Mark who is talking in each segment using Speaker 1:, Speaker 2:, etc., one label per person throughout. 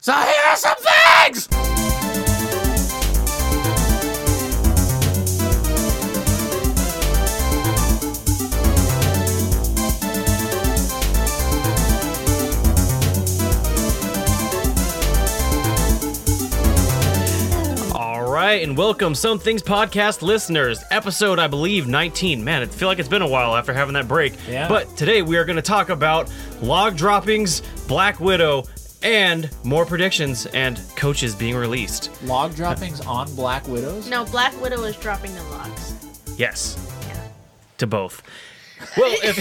Speaker 1: do some things!
Speaker 2: All right, and welcome, Some Things Podcast listeners. Episode, I believe, 19. Man, I feel like it's been a while after having that break.
Speaker 3: Yeah.
Speaker 2: But today we are going to talk about log droppings, Black Widow, and more predictions and coaches being released.
Speaker 3: Log droppings on Black Widows?
Speaker 4: No, Black Widow is dropping the logs.
Speaker 2: Yes. To both. Well, if,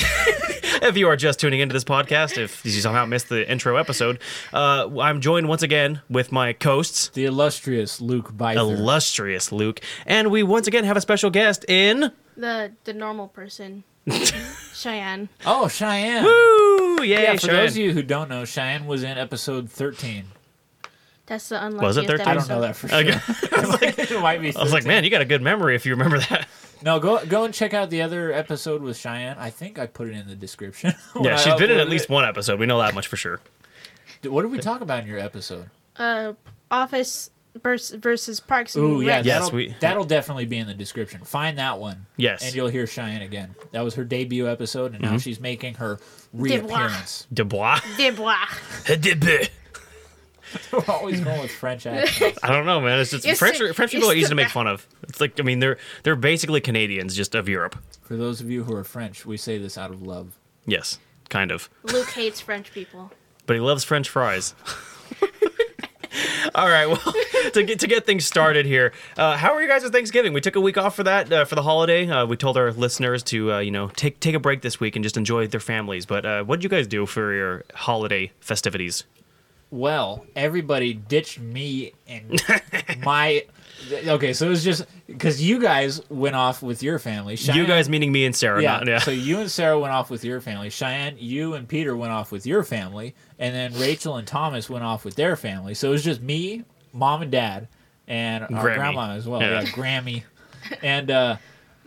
Speaker 2: if you are just tuning into this podcast, if you somehow missed the intro episode, uh, I'm joined once again with my coasts,
Speaker 3: The illustrious Luke Bither.
Speaker 2: illustrious Luke, and we once again have a special guest in.
Speaker 4: The the normal person, Cheyenne.
Speaker 3: oh, Cheyenne.
Speaker 2: Woo! Yay,
Speaker 3: Yeah, for
Speaker 2: Cheyenne.
Speaker 3: those of you who don't know, Cheyenne was in episode 13.
Speaker 4: That's the unlucky.
Speaker 2: Was it 13?
Speaker 3: I don't know that for sure.
Speaker 2: Okay.
Speaker 3: it might be
Speaker 2: I was like, man, you got a good memory if you remember that.
Speaker 3: No, go go and check out the other episode with Cheyenne. I think I put it in the description. when
Speaker 2: yeah,
Speaker 3: I
Speaker 2: she's been in at
Speaker 3: uploaded
Speaker 2: least one episode. We know that much for sure.
Speaker 3: it. What did we talk about in your episode?
Speaker 4: Uh, Office versus, versus Parks and
Speaker 3: Ooh, yeah,
Speaker 4: Rec.
Speaker 2: Yes,
Speaker 3: that'll,
Speaker 2: we-
Speaker 3: that'll definitely be in the description. Find that one.
Speaker 2: Yes. Mm-hmm.
Speaker 3: And you'll hear Cheyenne again. That was her debut episode, and now she's making her reappearance.
Speaker 2: Dubois.
Speaker 4: Dubois.
Speaker 2: Dubois.
Speaker 3: We're always going with French accents.
Speaker 2: I don't know, man. It's just
Speaker 4: It's
Speaker 2: French.
Speaker 4: the-
Speaker 2: French people are
Speaker 4: it's
Speaker 2: easy
Speaker 4: the
Speaker 2: to make
Speaker 4: ba-
Speaker 2: fun of. It's like I mean, they're they're basically Canadians just of Europe.
Speaker 3: For those of you who are French, we say this out of love.
Speaker 2: Yes, kind of.
Speaker 4: Luke hates French people.
Speaker 2: But he loves French fries. All right. Well, to get to get things started here, uh, how are you guys at Thanksgiving? We took a week off for that uh, for the holiday. Uh, we told our listeners to uh, you know take take a break this week and just enjoy their families. But uh, what did you guys do for your holiday festivities?
Speaker 3: Well, everybody ditched me and my. Okay, so it was just because you guys went off with your family.
Speaker 2: You
Speaker 3: Cheyenne-
Speaker 2: guys, meaning me and Sarah.
Speaker 3: yeah,
Speaker 2: not- yeah.
Speaker 3: So you and Sarah went off with your family. Cheyenne, you and Peter went off with your family, and then Rachel and Thomas went off with their family. So it was just me, mom and dad, and our
Speaker 2: Grammy.
Speaker 3: grandma as well.
Speaker 2: Yeah.
Speaker 3: Yeah, Grammy, and uh,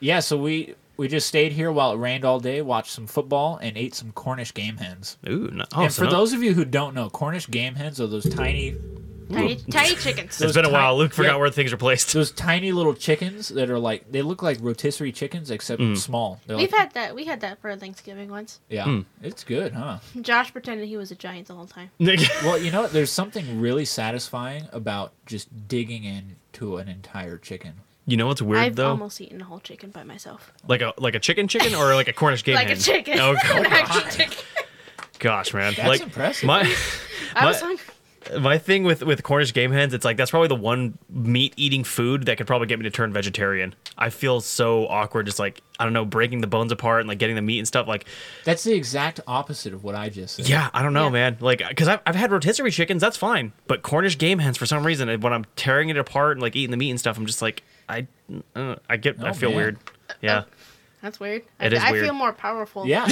Speaker 3: yeah. So we we just stayed here while it rained all day, watched some football, and ate some Cornish game hens.
Speaker 2: Ooh, no, oh,
Speaker 3: and
Speaker 2: so
Speaker 3: for
Speaker 2: no-
Speaker 3: those of you who don't know, Cornish game hens are those tiny,
Speaker 4: Tiny, tiny chickens.
Speaker 2: it's been a
Speaker 3: ti-
Speaker 2: while. Luke forgot
Speaker 3: yeah.
Speaker 2: where things are placed.
Speaker 3: those tiny little chickens that are like they look like rotisserie chickens except
Speaker 2: Mm.
Speaker 3: small. They're
Speaker 4: We've
Speaker 3: like,
Speaker 4: had that. We had that for Thanksgiving once.
Speaker 3: yeah,
Speaker 2: Mm.
Speaker 3: it's good, huh?
Speaker 4: Josh pretended he was a giant the whole time.
Speaker 3: Well, you know, what? there's something really satisfying about just digging into an entire chicken.
Speaker 2: you know what's weird
Speaker 4: I've
Speaker 2: though?
Speaker 4: almost eaten a whole chicken by myself.
Speaker 2: Like a like a chicken chicken or like a Cornish game
Speaker 4: Like a
Speaker 2: hen?
Speaker 4: chicken.
Speaker 2: Oh
Speaker 4: An
Speaker 2: god,
Speaker 4: actual chicken.
Speaker 2: gosh, man.
Speaker 3: That's
Speaker 2: like
Speaker 3: impressive.
Speaker 2: my
Speaker 4: I was
Speaker 2: My-
Speaker 4: hungry.
Speaker 2: my thing with with Cornish game hens, it's like that's probably the one meat eating food that could probably get me to turn vegetarian. I feel so awkward, just like I don't know, breaking the bones apart and like getting the meat and stuff. Like,
Speaker 3: That's the exact opposite of what I just said.
Speaker 2: yeah, I don't know,
Speaker 4: Yeah.
Speaker 2: man. Like, because I've, I've had rotisserie chickens, that's fine, but Cornish game hens for some reason, when I'm tearing it apart and like eating the meat and stuff, I'm just like, I, uh, I get, I
Speaker 3: Oh,
Speaker 2: feel
Speaker 3: man. Uh,
Speaker 2: weird. Yeah,
Speaker 4: That's weird.
Speaker 2: It
Speaker 4: I,
Speaker 2: is
Speaker 4: I
Speaker 2: weird.
Speaker 4: feel more powerful.
Speaker 3: Yeah.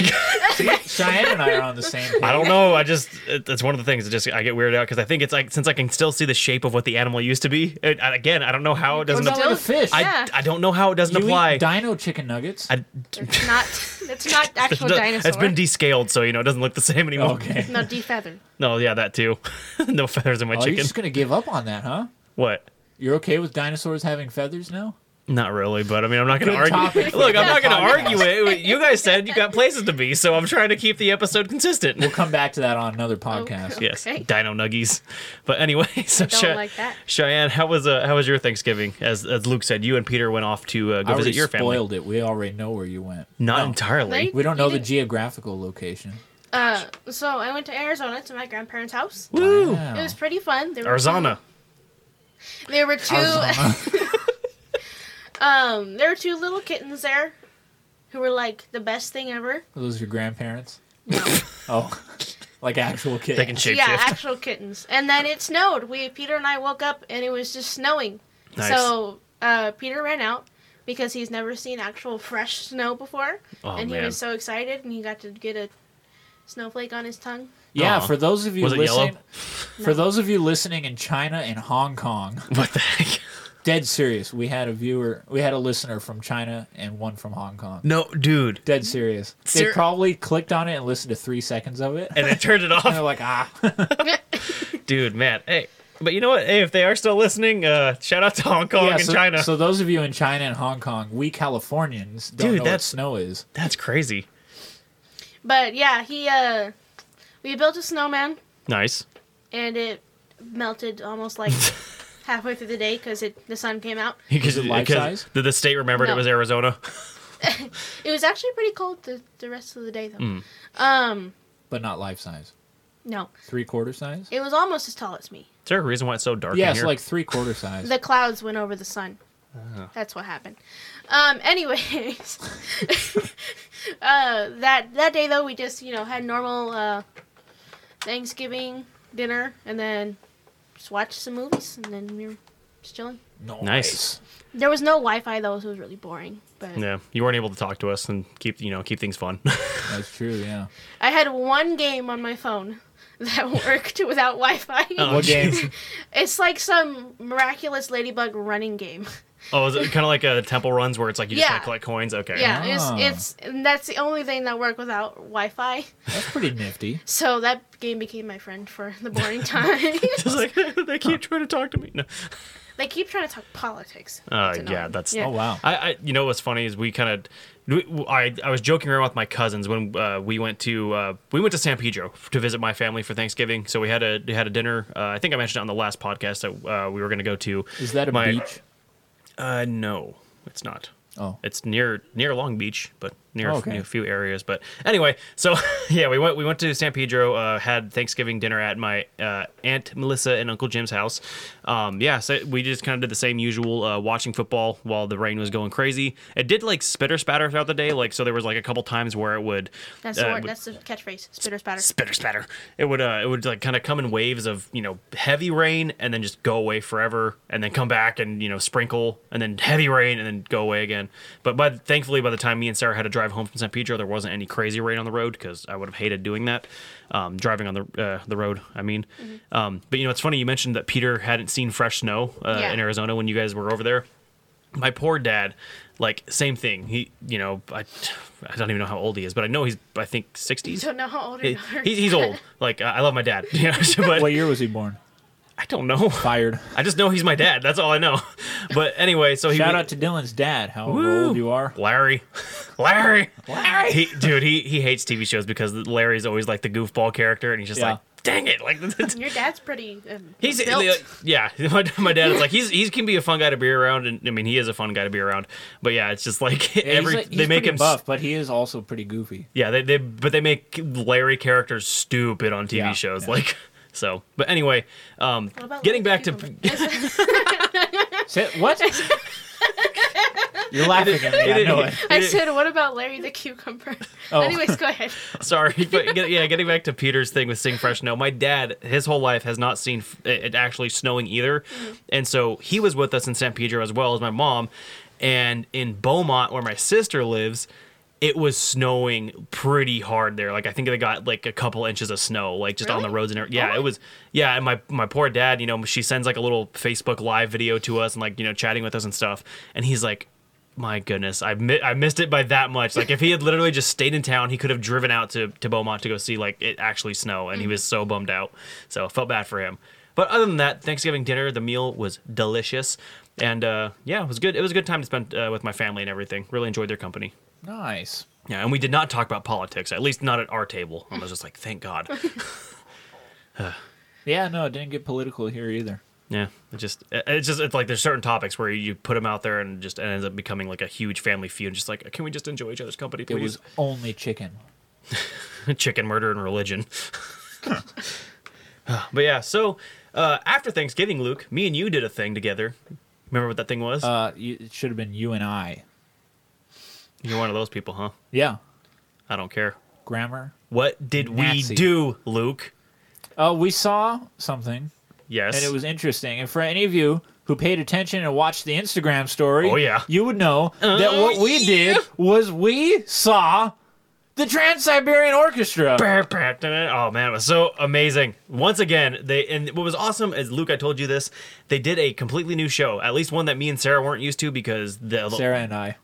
Speaker 3: See, Cheyenne and I are on the same page.
Speaker 2: I don't know. I just it, it's one of the things that just I get weirded out because I think it's like since I can still see the shape of what the animal used to be. It, and again, I don't know how it doesn't.
Speaker 3: What about
Speaker 2: apply.
Speaker 3: like a fish?
Speaker 2: I,
Speaker 4: Yeah.
Speaker 2: I don't know how it doesn't
Speaker 3: You
Speaker 2: apply.
Speaker 3: eat dino chicken nuggets.
Speaker 2: I,
Speaker 4: It's not. It's not actual
Speaker 2: No,
Speaker 4: dinosaur.
Speaker 2: It's been descaled, so you know it doesn't look the same anymore.
Speaker 3: okay.
Speaker 4: no defeathered.
Speaker 2: No, yeah, that too. no feathers in my
Speaker 3: Oh, you're
Speaker 2: chicken.
Speaker 3: just gonna give up on that, huh?
Speaker 2: What?
Speaker 3: You're okay with dinosaurs having feathers now?
Speaker 2: Not really, but I mean, I'm not going to
Speaker 3: Good
Speaker 2: argue.
Speaker 3: topic for
Speaker 2: Look, I'm not
Speaker 3: another
Speaker 2: going to
Speaker 3: podcast.
Speaker 2: argue it. You guys said you got places to be, so I'm trying to keep the episode consistent.
Speaker 3: We'll come back to that on another podcast.
Speaker 4: Okay.
Speaker 2: Yes, Dino Nuggies. But anyway, so
Speaker 4: Don't
Speaker 2: Chey-
Speaker 4: like that.
Speaker 2: Cheyenne, how was uh, how was your Thanksgiving? As as Luke said, you and Peter went off to uh,
Speaker 3: I
Speaker 2: go
Speaker 3: already
Speaker 2: visit your family.
Speaker 3: spoiled it. We already know where you went.
Speaker 2: Not
Speaker 3: No.
Speaker 2: entirely.
Speaker 4: Like-
Speaker 3: We don't know
Speaker 4: You
Speaker 3: the
Speaker 4: didn't-
Speaker 3: geographical location.
Speaker 4: Uh, so I went to Arizona to my grandparents' house.
Speaker 2: Woo!
Speaker 3: Wow.
Speaker 4: It was pretty fun. There were
Speaker 2: Arizona.
Speaker 4: Two, there were two. um, there were two little kittens there, who were like the best thing ever.
Speaker 3: Are those your grandparents?
Speaker 4: No.
Speaker 3: Oh, like actual kids.
Speaker 2: They can shapeshift.
Speaker 4: yeah, actual kittens. And then it snowed. We Peter and I woke up and it was just snowing.
Speaker 2: Nice.
Speaker 4: So uh, Peter ran out because he's never seen actual fresh snow before,
Speaker 2: Oh,
Speaker 4: and he
Speaker 2: man.
Speaker 4: was so excited and he got to get a snowflake on his tongue.
Speaker 3: Yeah,
Speaker 2: Aw.
Speaker 3: for those of you
Speaker 2: Was it yellow?
Speaker 3: listening, for those of you listening in China and Hong Kong,
Speaker 2: What the heck?
Speaker 3: dead serious. We had a viewer, we had a listener from China and one from Hong Kong.
Speaker 2: No, dude.
Speaker 4: Mm-hmm.
Speaker 3: Dead serious. They
Speaker 2: Ser-
Speaker 3: probably clicked on it and listened to three seconds of it, and
Speaker 2: And then turned it off.
Speaker 3: they're like, ah,
Speaker 2: dude man hey But you know what? Hey, if they are still listening, uh, shout out to Hong Kong
Speaker 3: yeah,
Speaker 2: and
Speaker 3: so,
Speaker 2: China.
Speaker 3: so those of you in China and Hong Kong, we Californians don't
Speaker 2: Dude,
Speaker 3: know
Speaker 2: that's-
Speaker 3: what snow is.
Speaker 2: That's crazy.
Speaker 4: But yeah, he uh we built a snowman
Speaker 2: Nice.
Speaker 4: and it melted almost like halfway through the day because it the sun came out.
Speaker 2: Because
Speaker 3: it life size?
Speaker 2: Did the state remembered it
Speaker 4: No.
Speaker 2: was Arizona?
Speaker 4: It was actually pretty cold the, the rest of the day though. Um
Speaker 3: but not life size.
Speaker 4: no,
Speaker 3: Three quarter size?
Speaker 4: it was almost as tall as me.
Speaker 2: Is there a reason why it's so dark in
Speaker 3: Yes,
Speaker 2: here?
Speaker 3: like three quarter size.
Speaker 4: The clouds went over the sun. That's what happened. Um, anyways, uh, that that day though, we just you know had normal uh, Thanksgiving dinner and then just watched some movies and then we were just chilling.
Speaker 2: Nice.
Speaker 4: There was no Wi-Fi though, so it was really boring. But
Speaker 2: yeah, you weren't able to talk to us and keep you know keep things fun.
Speaker 3: That's true, yeah.
Speaker 4: I had one game on my phone that worked without Wi-Fi.
Speaker 2: Oh,
Speaker 3: What game?
Speaker 2: jeez.
Speaker 4: It's like some miraculous ladybug running game.
Speaker 2: Oh, is it kind of like a temple runs where it's like you just
Speaker 4: Yeah.
Speaker 2: gotta collect coins? Okay.
Speaker 4: Yeah,
Speaker 3: Ah.
Speaker 4: it's it's and that's the only thing that worked without Wi-Fi.
Speaker 3: That's pretty nifty.
Speaker 4: So that game became my friend for the boring time.
Speaker 2: Just like they keep trying to talk to me. No.
Speaker 4: they keep trying to talk politics.
Speaker 2: Uh,
Speaker 4: It's annoying.
Speaker 2: yeah, that's
Speaker 4: Yeah.
Speaker 3: Oh wow.
Speaker 2: I, I you know what's funny is we kind of I, I was joking around with my cousins when uh, we went to uh, we went to San Pedro to visit my family for Thanksgiving. So we had a we had a dinner. Uh, I think I mentioned it on the last podcast that uh, we were going to go to.
Speaker 3: Is that a
Speaker 2: my-
Speaker 3: beach?
Speaker 2: Uh, no, it's not.
Speaker 3: Oh.
Speaker 2: It's near near Long Beach, but near,
Speaker 3: Oh, okay.
Speaker 2: a few areas. But anyway, so yeah, we went we went to San Pedro, uh, had Thanksgiving dinner at my uh, aunt Melissa and Uncle Jim's house. Um, yeah, so we just kind of did the same usual, uh, watching football while the rain was going crazy. It did like spitter spatter throughout the day, like so there was like a couple times where it would
Speaker 4: That's the
Speaker 2: uh,
Speaker 4: word.
Speaker 2: would-
Speaker 4: That's the catchphrase. Spitter spatter.
Speaker 2: spitter spatter. It would uh, it would like kind of come in waves of you know heavy rain and then just go away forever, and then come back and you know sprinkle, and then heavy rain and then go away again. But by thankfully by the time me and Sarah had to drive home from San Pedro, there wasn't any crazy rain on the road because I would have hated doing that, um, driving on the uh, the road. I mean, um, but you know it's funny you mentioned that Peter hadn't seen fresh snow uh,
Speaker 4: Yeah.
Speaker 2: in Arizona when you guys were over there my poor dad like same thing he you know i i don't even know how old he is but i know he's i think 60s
Speaker 4: Don't know how old
Speaker 2: he,
Speaker 4: you are.
Speaker 2: he's- he's old like i I love my dad you know, but
Speaker 3: What year was he born?
Speaker 2: i don't know
Speaker 3: Fired.
Speaker 2: i just know he's my dad that's all i know but anyway so he
Speaker 3: Shout out to Dylan's dad, however
Speaker 2: Woo!
Speaker 3: old you are.
Speaker 2: larry larry
Speaker 3: Larry!
Speaker 2: he, dude he he hates tv shows because larry's always like the goofball character and he's just
Speaker 3: Yeah.
Speaker 2: like dang it like
Speaker 4: Your dad's pretty. Um,
Speaker 2: He's uh,
Speaker 4: built.
Speaker 2: yeah. My, my dad is like he's he can be a fun guy to be around, and I mean he is a fun guy to be around. But yeah, it's just like
Speaker 3: Yeah, he's
Speaker 2: every
Speaker 3: like-
Speaker 2: they
Speaker 3: he's
Speaker 2: make
Speaker 3: pretty
Speaker 2: him s-
Speaker 3: buff, but he is also pretty goofy.
Speaker 2: Yeah, they, they but they make Larry characters stupid on TV
Speaker 3: Yeah,
Speaker 2: shows,
Speaker 3: yeah.
Speaker 2: like so. But anyway, um,
Speaker 4: What about
Speaker 2: getting
Speaker 4: Larry
Speaker 2: back to
Speaker 4: Cucumber?
Speaker 3: Say- what? You're laughing at me. I know it.
Speaker 4: I said, what about Larry the cucumber?
Speaker 3: Oh.
Speaker 4: Anyways, go ahead.
Speaker 2: sorry, but get, yeah, getting back to Peter's thing with seeing fresh snow. My dad, his whole life has not seen f- it it actually snowing either,
Speaker 4: Mm-hmm.
Speaker 2: and so he was with us in San Pedro as well as my mom, and in Beaumont where my sister lives. It was snowing pretty hard there. Like I think they got like a couple inches of snow, like just on the
Speaker 4: Really?
Speaker 2: roads and everything. Yeah, it was. Yeah, and my my poor dad, you know, she sends like a little Facebook live video to us and like you know chatting with us and stuff, and he's like, my goodness, I mi- I missed it by that much. Like if he had literally just stayed in town, he could have driven out to to Beaumont to go see like it actually snow, and he was so bummed out. So I felt bad for him. But other than that, Thanksgiving dinner, the meal was delicious, and uh, yeah, it was good. It was a good time to spend uh, with my family and everything. Really enjoyed their company.
Speaker 3: Nice.
Speaker 2: Yeah, and we did not talk about politics, at least not at our table. I was just like, thank God.
Speaker 3: Yeah, no, it didn't get political here either.
Speaker 2: Yeah, it just it- it's just it's like there's certain topics where you put them out there and just it ends up becoming like a huge family feud. Just like, can we just enjoy each other's company,
Speaker 3: It
Speaker 2: please?
Speaker 3: was only chicken.
Speaker 2: Chicken murder and religion. but yeah, so uh, after Thanksgiving, Luke, me and you did a thing together. Remember what that thing was?
Speaker 3: Uh, you, it should have been you and I.
Speaker 2: You're one of those people, huh?
Speaker 3: Yeah,
Speaker 2: I don't care.
Speaker 3: grammar.
Speaker 2: What did
Speaker 3: Nazi.
Speaker 2: we do, Luke?
Speaker 3: Uh, we saw something,
Speaker 2: Yes,
Speaker 3: and it was interesting. And for any of you who paid attention and watched the Instagram story,
Speaker 2: Oh, yeah.
Speaker 3: you would know that
Speaker 2: Oh,
Speaker 3: what we did was we saw the Trans Siberian Orchestra.
Speaker 2: Oh man, it was so amazing. Once again, they and what was awesome is Luke, I told you this, they did a completely new show, at least one that me and Sarah weren't used to because the,
Speaker 3: Sarah and I.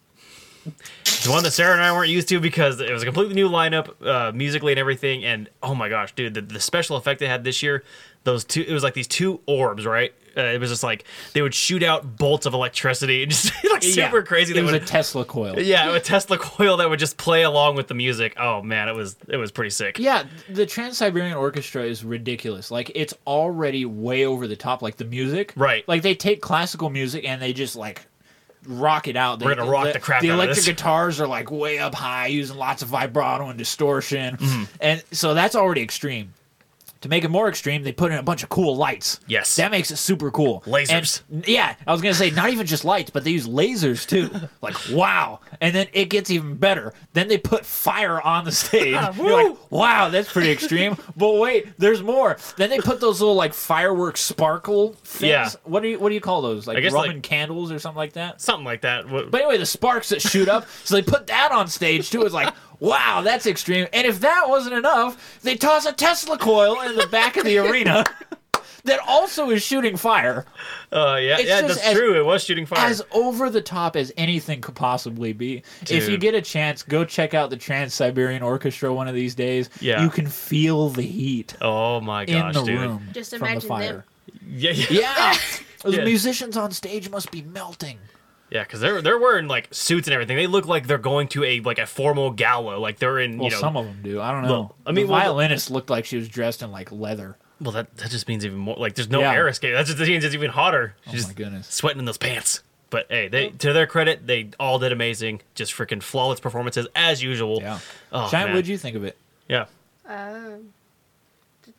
Speaker 2: the one that Sarah and I weren't used to because it was a completely new lineup, uh, musically and everything. And oh my gosh, dude, the, the special effect they had this year those two. It was like these two orbs, right? Uh, it was just like they would shoot out bolts of electricity, and just like super
Speaker 3: Yeah.
Speaker 2: crazy. They
Speaker 3: It was
Speaker 2: would,
Speaker 3: a Tesla coil.
Speaker 2: yeah, a Tesla coil that would just play along with the music. Oh man, it was it was pretty sick.
Speaker 3: Yeah, the Trans Siberian Orchestra is ridiculous. Like it's already way over the top. Like the music,
Speaker 2: Right.
Speaker 3: Like they take classical music and they just like rock it out.
Speaker 2: We're
Speaker 3: They-
Speaker 2: gonna rock the crap
Speaker 3: The
Speaker 2: out of
Speaker 3: electric
Speaker 2: this.
Speaker 3: guitars are like way up high, using lots of vibrato and distortion,
Speaker 2: Mm-hmm.
Speaker 3: and so that's already extreme. To make it more extreme, they put in a bunch of cool lights.
Speaker 2: Yes.
Speaker 3: that makes it super cool.
Speaker 2: Lasers.
Speaker 3: And- yeah, I was gonna say not even just lights, but they use lasers too. Like wow, and then it gets even better. Then they put fire on the stage. You're
Speaker 2: woo.
Speaker 3: like, wow, that's pretty extreme. but wait, there's more. Then they put those little like fireworks sparkle things.
Speaker 2: Yeah.
Speaker 3: What do you what do you call those? Like
Speaker 2: guess,
Speaker 3: Roman
Speaker 2: like-
Speaker 3: candles or something like that.
Speaker 2: Something like that. What-
Speaker 3: But anyway, the sparks that shoot up. so they put that on stage too. It's like, wow, that's extreme. And if that wasn't enough, they toss a Tesla coil in the back of the arena. That also is shooting fire,
Speaker 2: Uh, yeah,
Speaker 3: It's
Speaker 2: yeah,
Speaker 3: just
Speaker 2: that's
Speaker 3: as-
Speaker 2: true. It was shooting fire.
Speaker 3: as over the top as anything could possibly be. If you
Speaker 2: Dude.
Speaker 3: get a chance, go check out the Trans Siberian Orchestra one of these days.
Speaker 2: Yeah.
Speaker 3: you can feel the heat.
Speaker 2: oh my gosh,
Speaker 3: in the
Speaker 2: dude.
Speaker 3: room.
Speaker 4: Just
Speaker 3: from the
Speaker 4: imagine
Speaker 3: fire.
Speaker 4: them.
Speaker 2: Yeah, yeah, yeah.
Speaker 3: Yeah. Those
Speaker 2: Yeah.
Speaker 3: musicians on stage must be melting.
Speaker 2: Because they're they're wearing like suits and everything. They look like they're going to a like a formal gala. Like they're in you
Speaker 3: Well,
Speaker 2: know.
Speaker 3: some of them do. I don't know.
Speaker 2: Well, I
Speaker 3: I
Speaker 2: mean,
Speaker 3: mean,
Speaker 2: well, the-
Speaker 3: violinist looked like she was dressed in like leather.
Speaker 2: well, that that just means even more. Like there's no
Speaker 3: Yeah.
Speaker 2: air escape. That just means it's even hotter.
Speaker 3: Oh
Speaker 2: She's
Speaker 3: my goodness.
Speaker 2: sweating in those pants. But hey, they to their credit, they all did amazing. Just freaking flawless performances as usual.
Speaker 3: Yeah.
Speaker 2: Oh,
Speaker 3: Shine,
Speaker 2: man.
Speaker 3: what'd you think of it?
Speaker 2: Yeah.
Speaker 4: Um, th-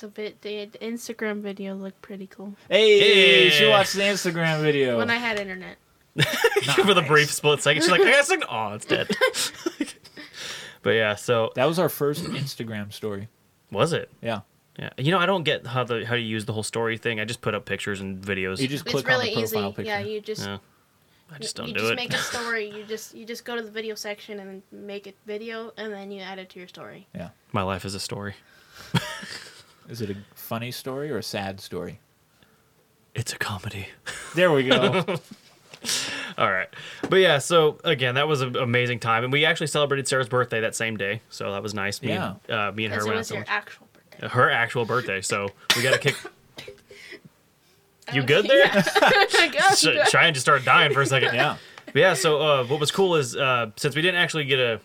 Speaker 4: the, vid- the, the Instagram video looked pretty cool.
Speaker 3: Hey, she
Speaker 2: Yeah.
Speaker 3: watched the Instagram
Speaker 2: Oh.
Speaker 3: video.
Speaker 4: When I had internet.
Speaker 2: For the
Speaker 3: Nice.
Speaker 2: brief split second, she's like, "I got sick." Oh, it's dead. but yeah, so
Speaker 3: That was our first Instagram story.
Speaker 2: was it?
Speaker 3: Yeah.
Speaker 2: Yeah, you know I don't get how the how you use the whole story thing. I just put up pictures and videos.
Speaker 3: You just
Speaker 4: It's
Speaker 3: click
Speaker 4: really
Speaker 3: on the
Speaker 4: easy.
Speaker 3: profile picture.
Speaker 4: Yeah, you just
Speaker 2: yeah, I just don't
Speaker 4: you
Speaker 2: do
Speaker 4: just
Speaker 2: it.
Speaker 4: make a story. You just you just go to the video section and make it video, and then you add it to your story.
Speaker 3: yeah.
Speaker 2: My life is a story.
Speaker 3: Is it a funny story or a sad story?
Speaker 2: It's a comedy.
Speaker 3: There we go.
Speaker 2: All right, but yeah. So again, that was an amazing time, and we actually celebrated Sarah's birthday that same day, so that was nice. Me and, uh, me and her
Speaker 4: Because it
Speaker 2: went out
Speaker 4: was
Speaker 2: to
Speaker 4: your
Speaker 2: lunch.
Speaker 4: actual birthday.
Speaker 2: her actual birthday, so we got to kick.
Speaker 4: I
Speaker 2: You
Speaker 4: was-
Speaker 2: good there?
Speaker 4: Yeah. I guess.
Speaker 2: Sh- Cheyenne just started dying for a second.
Speaker 3: yeah.
Speaker 2: But yeah so uh, what was cool is uh, since we didn't actually get a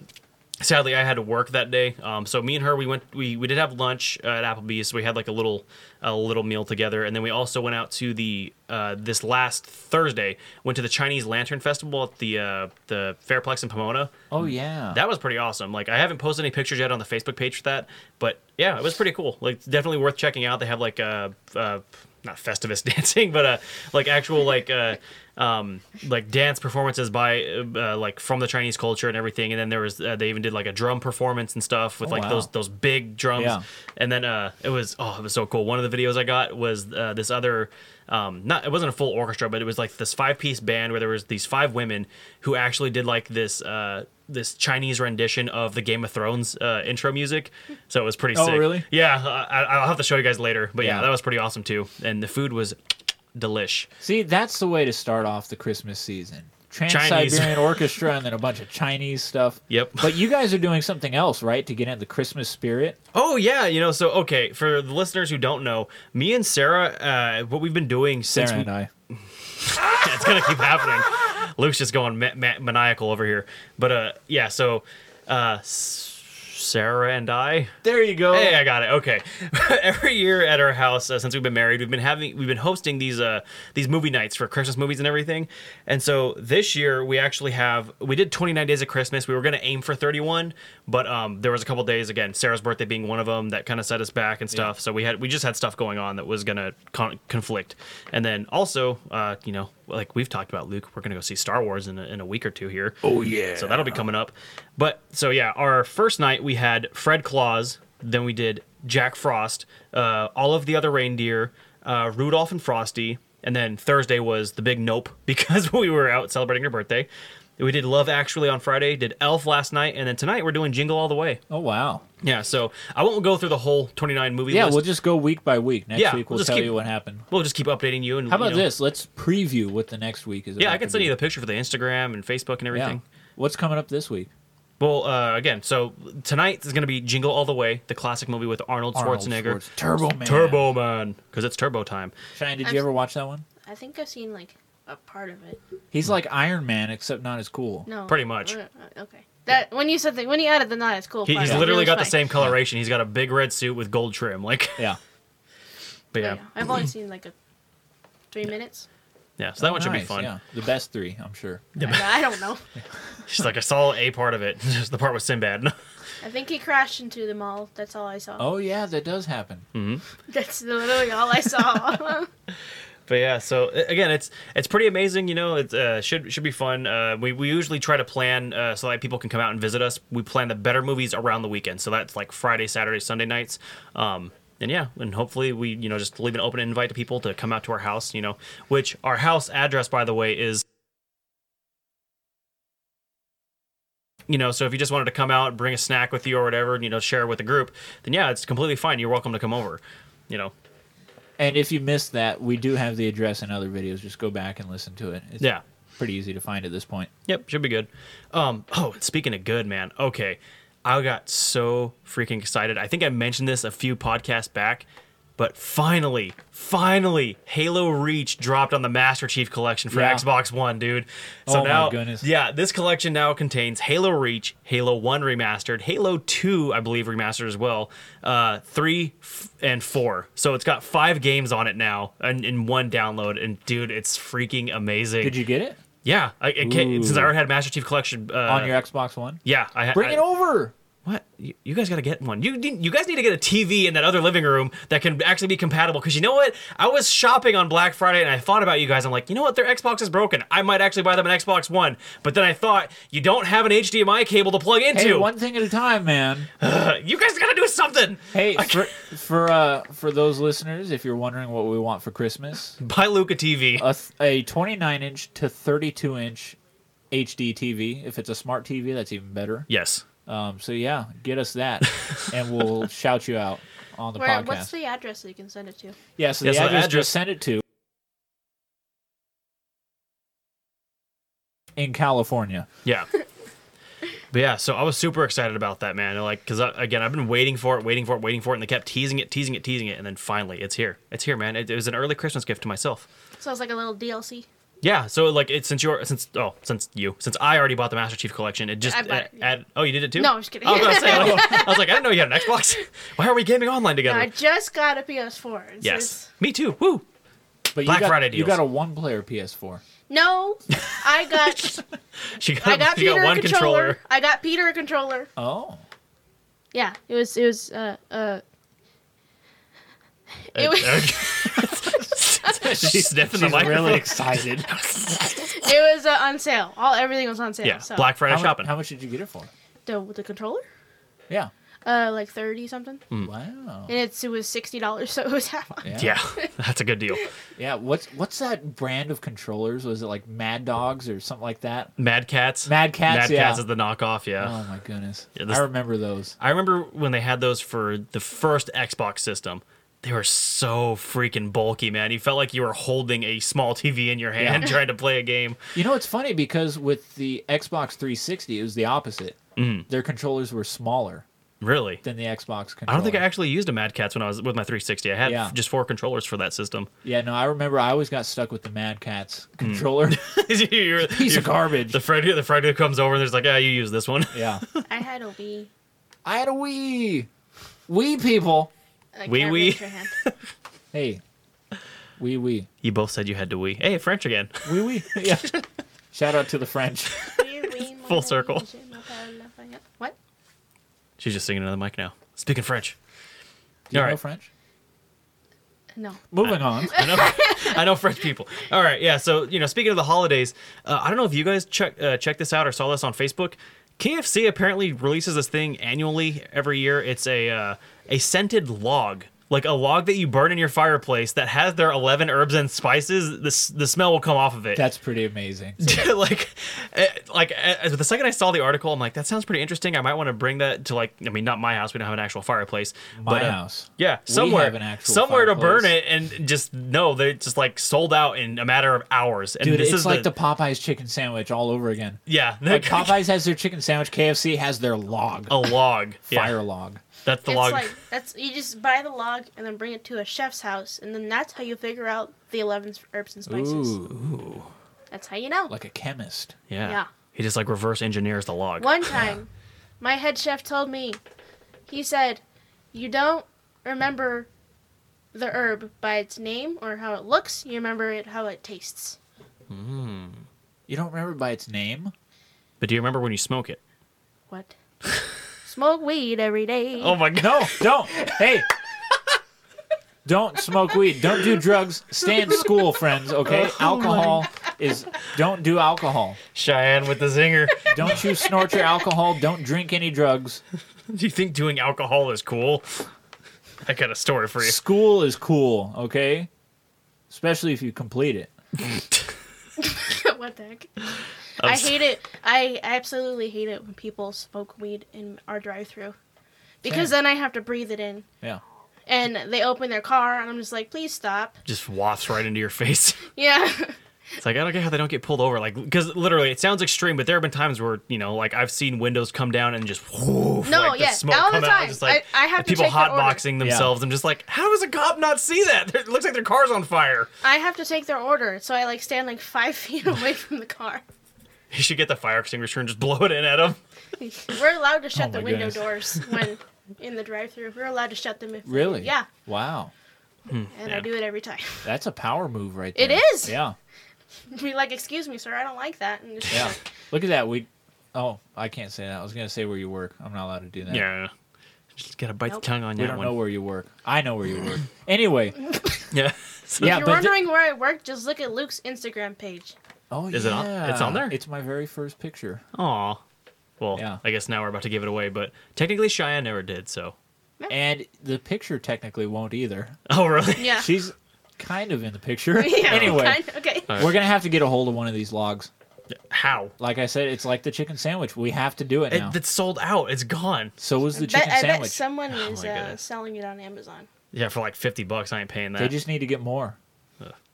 Speaker 2: sadly i had to work that day um, so me and her we went we, we did have lunch uh, at applebee's so we had like a little a little meal together and then we also went out to the uh, this last thursday went to the chinese lantern festival at the uh, the fairplex in pomona
Speaker 3: Oh yeah.
Speaker 2: that was pretty awesome like i haven't posted any pictures yet on the facebook page for that but yeah it was pretty cool like definitely worth checking out they have like uh, uh not festivus dancing but uh like actual like uh um like dance performances by uh, like from the chinese culture and everything and then there was uh, they even did like a drum performance and stuff with
Speaker 3: Oh,
Speaker 2: like
Speaker 3: wow.
Speaker 2: those those big drums
Speaker 3: Yeah.
Speaker 2: and then uh it was oh it was so cool one of the videos i got was uh, this other um not it wasn't a full orchestra but it was like this five piece band where there was these five women who actually did like this uh this Chinese rendition of the Game of Thrones uh, intro music, so it was pretty
Speaker 3: Oh,
Speaker 2: sick.
Speaker 3: really?
Speaker 2: Yeah, uh, I, I- I'll have to show you guys later. But yeah,
Speaker 3: Yeah.
Speaker 2: that was pretty awesome too, and the food was delish.
Speaker 3: See, that's the way to start off the Christmas season. Trans
Speaker 2: Chinese.
Speaker 3: Siberian Orchestra and then a bunch of Chinese stuff.
Speaker 2: Yep.
Speaker 3: But you guys are doing something else, right? To get into the Christmas spirit.
Speaker 2: Oh yeah, you know. So okay, for the listeners who don't know, me and Sarah, uh, what we've been doing since
Speaker 3: Sarah
Speaker 2: we-
Speaker 3: and I.
Speaker 2: it's gonna keep happening. Luke's just going ma- ma- maniacal over here. But uh, yeah. So, uh, S- Sarah and I.
Speaker 3: There you go.
Speaker 2: Hey, I got it. Okay. Every year at our house uh, since we've been married, we've been having we've been hosting these uh these movie nights for Christmas movies and everything. And so this year we actually have we did 29 days of Christmas. We were going to aim for 31, but um there was a couple days again, Sarah's birthday being one of them that kind of set us back and stuff. So we had we just had stuff going on that was going to con- conflict. And then also uh you know, like we've talked about Luke, we're going to go see Star Wars in a, in a week or two here.
Speaker 3: Oh yeah.
Speaker 2: So that'll be coming up. But so yeah, our first night we had Fred Claus, then we did Jack Frost, uh, all of the other reindeer, uh, Rudolph and Frosty, and then Thursday was the big nope because we were out celebrating her birthday. We did Love Actually on Friday, did Elf last night, and then tonight we're doing Jingle All the Way.
Speaker 3: Oh wow.
Speaker 2: Yeah, so I won't go through the whole 29 movie
Speaker 3: Yeah,
Speaker 2: list.
Speaker 3: we'll just go week by week. Next
Speaker 2: Yeah,
Speaker 3: week
Speaker 2: we'll
Speaker 3: we'll,
Speaker 2: just
Speaker 3: tell
Speaker 2: keep-
Speaker 3: you what happened.
Speaker 2: we'll just keep updating you. And
Speaker 3: How about
Speaker 2: you know-
Speaker 3: this? Let's preview what the next week is.
Speaker 2: Yeah,
Speaker 3: about
Speaker 2: I can
Speaker 3: to
Speaker 2: send
Speaker 3: be.
Speaker 2: you the picture for the Instagram and Facebook and
Speaker 3: Yeah.
Speaker 2: everything.
Speaker 3: What's coming up this week?
Speaker 2: Well, uh, again, so tonight is going to be Jingle All the Way, the classic movie with Arnold
Speaker 3: Arnold
Speaker 2: Schwarzenegger.
Speaker 3: Schwarz- Turbo Man.
Speaker 2: Turbo Man, because it's Turbo time.
Speaker 3: Shine, did
Speaker 4: I'm-
Speaker 3: you ever watch that one?
Speaker 4: I think I've seen like a part of it.
Speaker 3: He's like Iron Man, except not as cool.
Speaker 4: No.
Speaker 2: Pretty much.
Speaker 4: Uh, Okay. That when you said that when you added the not, it's cool.
Speaker 2: He,
Speaker 4: part,
Speaker 2: he's
Speaker 4: it
Speaker 2: literally
Speaker 4: was
Speaker 2: got the
Speaker 4: fine.
Speaker 2: same coloration. He's got a big red suit with gold trim. Like,
Speaker 3: Yeah.
Speaker 2: but
Speaker 4: oh, Yeah.
Speaker 2: yeah,
Speaker 4: I've only seen like a three minutes.
Speaker 2: yeah. So that one should be
Speaker 3: Nice,
Speaker 2: fun.
Speaker 3: Yeah. The best three, I'm sure.
Speaker 4: I don't know.
Speaker 2: She's like, I saw a part of it, just the part with Sinbad.
Speaker 4: I think he crashed into the mall. That's all I saw.
Speaker 3: Oh yeah, that does happen.
Speaker 4: That's literally all I saw.
Speaker 2: But yeah, so a- again, it's it's pretty amazing. You know, it uh, should should be fun. Uh, we we usually try to plan uh, so that people can come out and visit us. We plan the better movies around the weekend, so that's like Friday, Saturday, Sunday nights. Um, and yeah, and hopefully we you know just leave an open invite to people to come out to our house. You know, which our house address, by the way, is. You know, so if you just wanted to come out, bring a snack with you or whatever, and you know, share with the group, then yeah, it's completely fine. You're welcome to come over. You know,
Speaker 3: And if you missed that, we do have the address in other videos. Just go back and listen to it. It's
Speaker 2: Yeah.
Speaker 3: pretty easy to find at this point.
Speaker 2: Yep, should be good. Um, oh, and speaking of good, man. Okay, I got so freaking excited. I think I mentioned this a few podcasts back, but finally, finally, Halo Reach dropped on the Master Chief Collection for
Speaker 3: Yeah.
Speaker 2: Xbox One, dude. So
Speaker 3: Oh my
Speaker 2: now,
Speaker 3: goodness.
Speaker 2: yeah, this collection now contains Halo Reach, Halo One remastered, Halo Two, I believe remastered as well, uh, three f- and four. So it's got five games on it now, and in one download. And dude, it's freaking amazing.
Speaker 3: Did you get it
Speaker 2: Yeah, I, I
Speaker 3: Ooh.
Speaker 2: can't, since I already had Master Chief Collection uh,
Speaker 3: on your Xbox One?
Speaker 2: Yeah, I ha-
Speaker 3: Bring it
Speaker 2: I-
Speaker 3: over.
Speaker 2: What you, you guys got to get one. You need- you guys need to get a TV in that other living room that can actually be compatible. Because you know what, I was shopping on Black Friday and I thought about you guys. I'm like, you know what, their Xbox is broken. I might actually buy them an Xbox One. But then I thought you don't have an HDMI cable to plug into.
Speaker 3: Hey, one thing at a time, man.
Speaker 2: you guys got to do something.
Speaker 3: Hey, for, for uh for those listeners, if you're wondering what we want for Christmas,
Speaker 2: Buy Luca TV.
Speaker 3: a, th- a 29 inch to 32 inch HD TV. If it's a smart TV, that's even better.
Speaker 2: yes.
Speaker 3: Um, so yeah, get us that, and we'll shout you out on the
Speaker 4: Where,
Speaker 3: podcast.
Speaker 4: what's the address that you can send it to?
Speaker 3: Yeah, so
Speaker 2: Yeah,
Speaker 3: the
Speaker 2: so the
Speaker 3: address,
Speaker 2: address-
Speaker 3: just send it to in California.
Speaker 2: Yeah. But yeah, so I was super excited about that, man. And, Like, because again, I've been waiting for it, waiting for it, waiting for it, and they kept teasing it, teasing it, teasing it, and then finally, it's here. It's here, man. It, it was an early Christmas gift to myself.
Speaker 4: Sounds like a little DLC.
Speaker 2: Yeah, so like, it, since you're since oh since you since I already bought the Master Chief collection, it just
Speaker 4: I bought it, yeah.
Speaker 2: add- oh you did it too.
Speaker 4: No, I'm just kidding.
Speaker 2: I was, gonna say, like, I was like, I didn't know you had an Xbox. Why are we gaming online together?
Speaker 4: I just got a PS4. It's-
Speaker 2: yes,
Speaker 4: it's-
Speaker 2: me too. Woo.
Speaker 3: But you
Speaker 2: Black
Speaker 3: got,
Speaker 2: Friday
Speaker 3: You
Speaker 2: deals.
Speaker 3: got a one player PS4.
Speaker 4: No, I got
Speaker 2: She got,
Speaker 4: I got
Speaker 2: she
Speaker 4: Peter
Speaker 2: got one
Speaker 4: a controller. I got Peter a controller.
Speaker 3: Oh.
Speaker 4: Yeah, it was it was uh uh. It was,
Speaker 2: controller. She's sniffing the microphone.
Speaker 3: excited.
Speaker 4: it was uh, on sale. All everything was on sale.
Speaker 2: yeah,
Speaker 4: so.
Speaker 2: Black Friday
Speaker 3: how, mu-
Speaker 2: shopping.
Speaker 3: how much did you get it for?
Speaker 4: the with the controller,
Speaker 3: Yeah.
Speaker 4: uh, like thirty something,
Speaker 3: Wow.
Speaker 4: and it's it was sixty dollars, so it was half off.
Speaker 3: Yeah.
Speaker 2: Hmm. yeah, that's a good deal.
Speaker 3: Yeah, What's what's that brand of controllers? Was it like Mad Dogs or something like that?
Speaker 2: Mad Cats.
Speaker 3: Mad Cats,
Speaker 2: Mad
Speaker 3: yeah.
Speaker 2: Cats is the knockoff. Yeah.
Speaker 3: Oh my goodness.
Speaker 2: Yeah, this-
Speaker 3: I remember those.
Speaker 2: I remember when they had those for the first Xbox system. They were so freaking bulky, man. You felt like you were holding a small TV in your hand
Speaker 3: Yeah.
Speaker 2: trying to play a game.
Speaker 3: You know, it's funny because with the Xbox 360, it was the opposite.
Speaker 2: Mm.
Speaker 3: Their controllers were smaller
Speaker 2: Really.
Speaker 3: than the Xbox controller.
Speaker 2: I don't think I actually used a Mad Cats when I was with my 360. I had
Speaker 3: Yeah.
Speaker 2: just four controllers for that system.
Speaker 3: Yeah, no, I remember I always got stuck with the Mad Cats controller.
Speaker 2: You're-
Speaker 3: Piece
Speaker 2: you're-
Speaker 3: of garbage.
Speaker 2: Hmm. The Freddy, the Freddy comes over and there's like, ah, you use this one.
Speaker 3: yeah.
Speaker 4: I had a Wii.
Speaker 3: I had a Wii. Wii people.
Speaker 4: I
Speaker 2: Wii Wii.
Speaker 4: can't raise your hand.
Speaker 3: Hey. Wii Wii.
Speaker 2: You both said you had to wee. Hey, French again.
Speaker 3: Wii Wii. Yeah. Shout out to the French.
Speaker 4: Wii, Wii, my
Speaker 2: Full
Speaker 4: Wii,
Speaker 2: circle.
Speaker 4: je m'appelle Lafayette. What?
Speaker 2: She's just singing another mic now. Speaking French.
Speaker 3: Do you
Speaker 2: All
Speaker 3: know
Speaker 2: right.
Speaker 3: French?
Speaker 4: No.
Speaker 3: Moving on.
Speaker 2: I know, I know French people. All right, yeah. So you know, speaking of the holidays, uh, I don't know if you guys check uh, check this out or saw this on Facebook. KFC apparently releases this thing annually every year. It's a uh, a scented log like a log that you burn in your fireplace that has their 11 herbs and spices, this the smell will come off of it.
Speaker 3: That's pretty amazing.
Speaker 2: like eh, like eh, the second I saw the article, I'm like that sounds pretty interesting. I might want to bring that to like I mean not my house, we don't have an actual fireplace,
Speaker 3: My
Speaker 2: but, uh,
Speaker 3: house.
Speaker 2: yeah, somewhere,
Speaker 3: have an actual
Speaker 2: somewhere to burn
Speaker 3: fireplace.
Speaker 2: it, and just no, they just like sold out in a matter of hours. And
Speaker 3: Dude,
Speaker 2: this
Speaker 3: it's
Speaker 2: is
Speaker 3: like the... Popeyes chicken sandwich all over again.
Speaker 2: yeah,
Speaker 3: Like Popeyes has their chicken sandwich, KFC has their log,
Speaker 2: a log, Oh, yeah,
Speaker 3: fire log.
Speaker 2: That's the
Speaker 4: It's
Speaker 2: log.
Speaker 4: like that's you just buy the log and then bring it to a chef's house, and then that's how you figure out the eleven herbs and spices.
Speaker 3: Ooh,
Speaker 4: That's how you know.
Speaker 3: like a chemist.
Speaker 2: yeah.
Speaker 4: yeah.
Speaker 2: he just like reverse engineers the log.
Speaker 4: One time, my head chef told me, he said, "You don't remember the herb by its name or how it looks. You remember it how it tastes."
Speaker 3: You don't remember by its name?
Speaker 2: But do you remember when you smoke it?
Speaker 4: What? Smoke weed every day.
Speaker 2: Oh my god!
Speaker 3: No, don't. Hey. Don't smoke weed. Don't do drugs. Stay in school, friends, okay?
Speaker 4: Oh
Speaker 3: Alcohol is don't do alcohol.
Speaker 2: Cheyenne with the zinger.
Speaker 3: Don't you snort your alcohol. Don't drink any drugs.
Speaker 2: do you think doing alcohol is cool? I got a story for you.
Speaker 3: School is cool, okay? Especially if you complete it.
Speaker 4: what the heck? I hate it. I absolutely hate it when people smoke weed in our drive-through, because
Speaker 3: Same.
Speaker 4: then I have to breathe it in,
Speaker 3: Yeah.
Speaker 4: and they open their car, and I'm just like, please stop.
Speaker 2: Just wafts right into your face.
Speaker 4: Yeah.
Speaker 2: It's like I don't get how they don't get pulled over. Like because literally, it sounds extreme, but there have been times where you know, like I've seen windows come down and just whoof,
Speaker 4: No,
Speaker 2: like,
Speaker 4: yeah,
Speaker 2: the smoke
Speaker 4: all the
Speaker 2: come out.
Speaker 4: time.
Speaker 2: and Just like
Speaker 4: I- I have
Speaker 2: and
Speaker 4: to
Speaker 2: people
Speaker 4: check their order.
Speaker 2: hotboxing themselves. I'm just like, how does a cop not see that? It looks like their car's on fire.
Speaker 4: I have to take their order, so I like stand like five feet away from the car.
Speaker 2: You should get the fire extinguisher and just blow it in at them.
Speaker 4: We're allowed to shut
Speaker 3: Oh
Speaker 4: the
Speaker 3: my
Speaker 4: window
Speaker 3: goodness.
Speaker 4: doors when in the drive-through. We're allowed to shut them if
Speaker 3: Really?
Speaker 4: Yeah,
Speaker 3: Wow.
Speaker 4: and
Speaker 2: Yeah.
Speaker 4: I do it every time.
Speaker 3: That's a power move right there.
Speaker 4: It is.
Speaker 3: Yeah.
Speaker 4: Be like, "Excuse me, sir, I don't like that." And just
Speaker 3: Yeah. Look at that. We Oh, I can't say that. I was going to say where you work. I'm not allowed to do that.
Speaker 2: Yeah, just gotta bite
Speaker 4: Nope.
Speaker 2: the tongue on
Speaker 3: We
Speaker 2: that
Speaker 3: don't
Speaker 2: one.
Speaker 3: know where you work. I know where you work. Anyway,
Speaker 2: yeah,
Speaker 4: If
Speaker 3: yeah,
Speaker 4: you're
Speaker 3: but th-
Speaker 4: wondering where I work, just look at Luke's Instagram page.
Speaker 3: oh
Speaker 2: Is it on-
Speaker 3: yeah,
Speaker 2: it's on there?
Speaker 3: It's my very first picture.
Speaker 2: Aw. Well,
Speaker 3: Yeah.
Speaker 2: I guess now we're about to give it away, but technically Cheyenne never did. So.
Speaker 3: And the picture technically won't either.
Speaker 2: Oh really?
Speaker 4: Yeah.
Speaker 3: She's kind of in the picture.
Speaker 4: Yeah,
Speaker 3: anyway,
Speaker 4: kind- okay.
Speaker 2: Uh,
Speaker 3: we're gonna have to get a hold of one of these logs.
Speaker 2: How?
Speaker 3: Like I said, it's like the chicken sandwich. We have to do it,
Speaker 2: It,
Speaker 3: now.
Speaker 2: It's sold out. It's gone.
Speaker 3: so was the
Speaker 4: I bet,
Speaker 3: chicken
Speaker 4: I bet
Speaker 3: sandwich.
Speaker 4: someone
Speaker 2: Oh
Speaker 4: is
Speaker 2: my
Speaker 4: uh,
Speaker 2: goodness.
Speaker 4: selling it on Amazon.
Speaker 2: Yeah, for like fifty bucks, I ain't paying that.
Speaker 3: They just need to get more.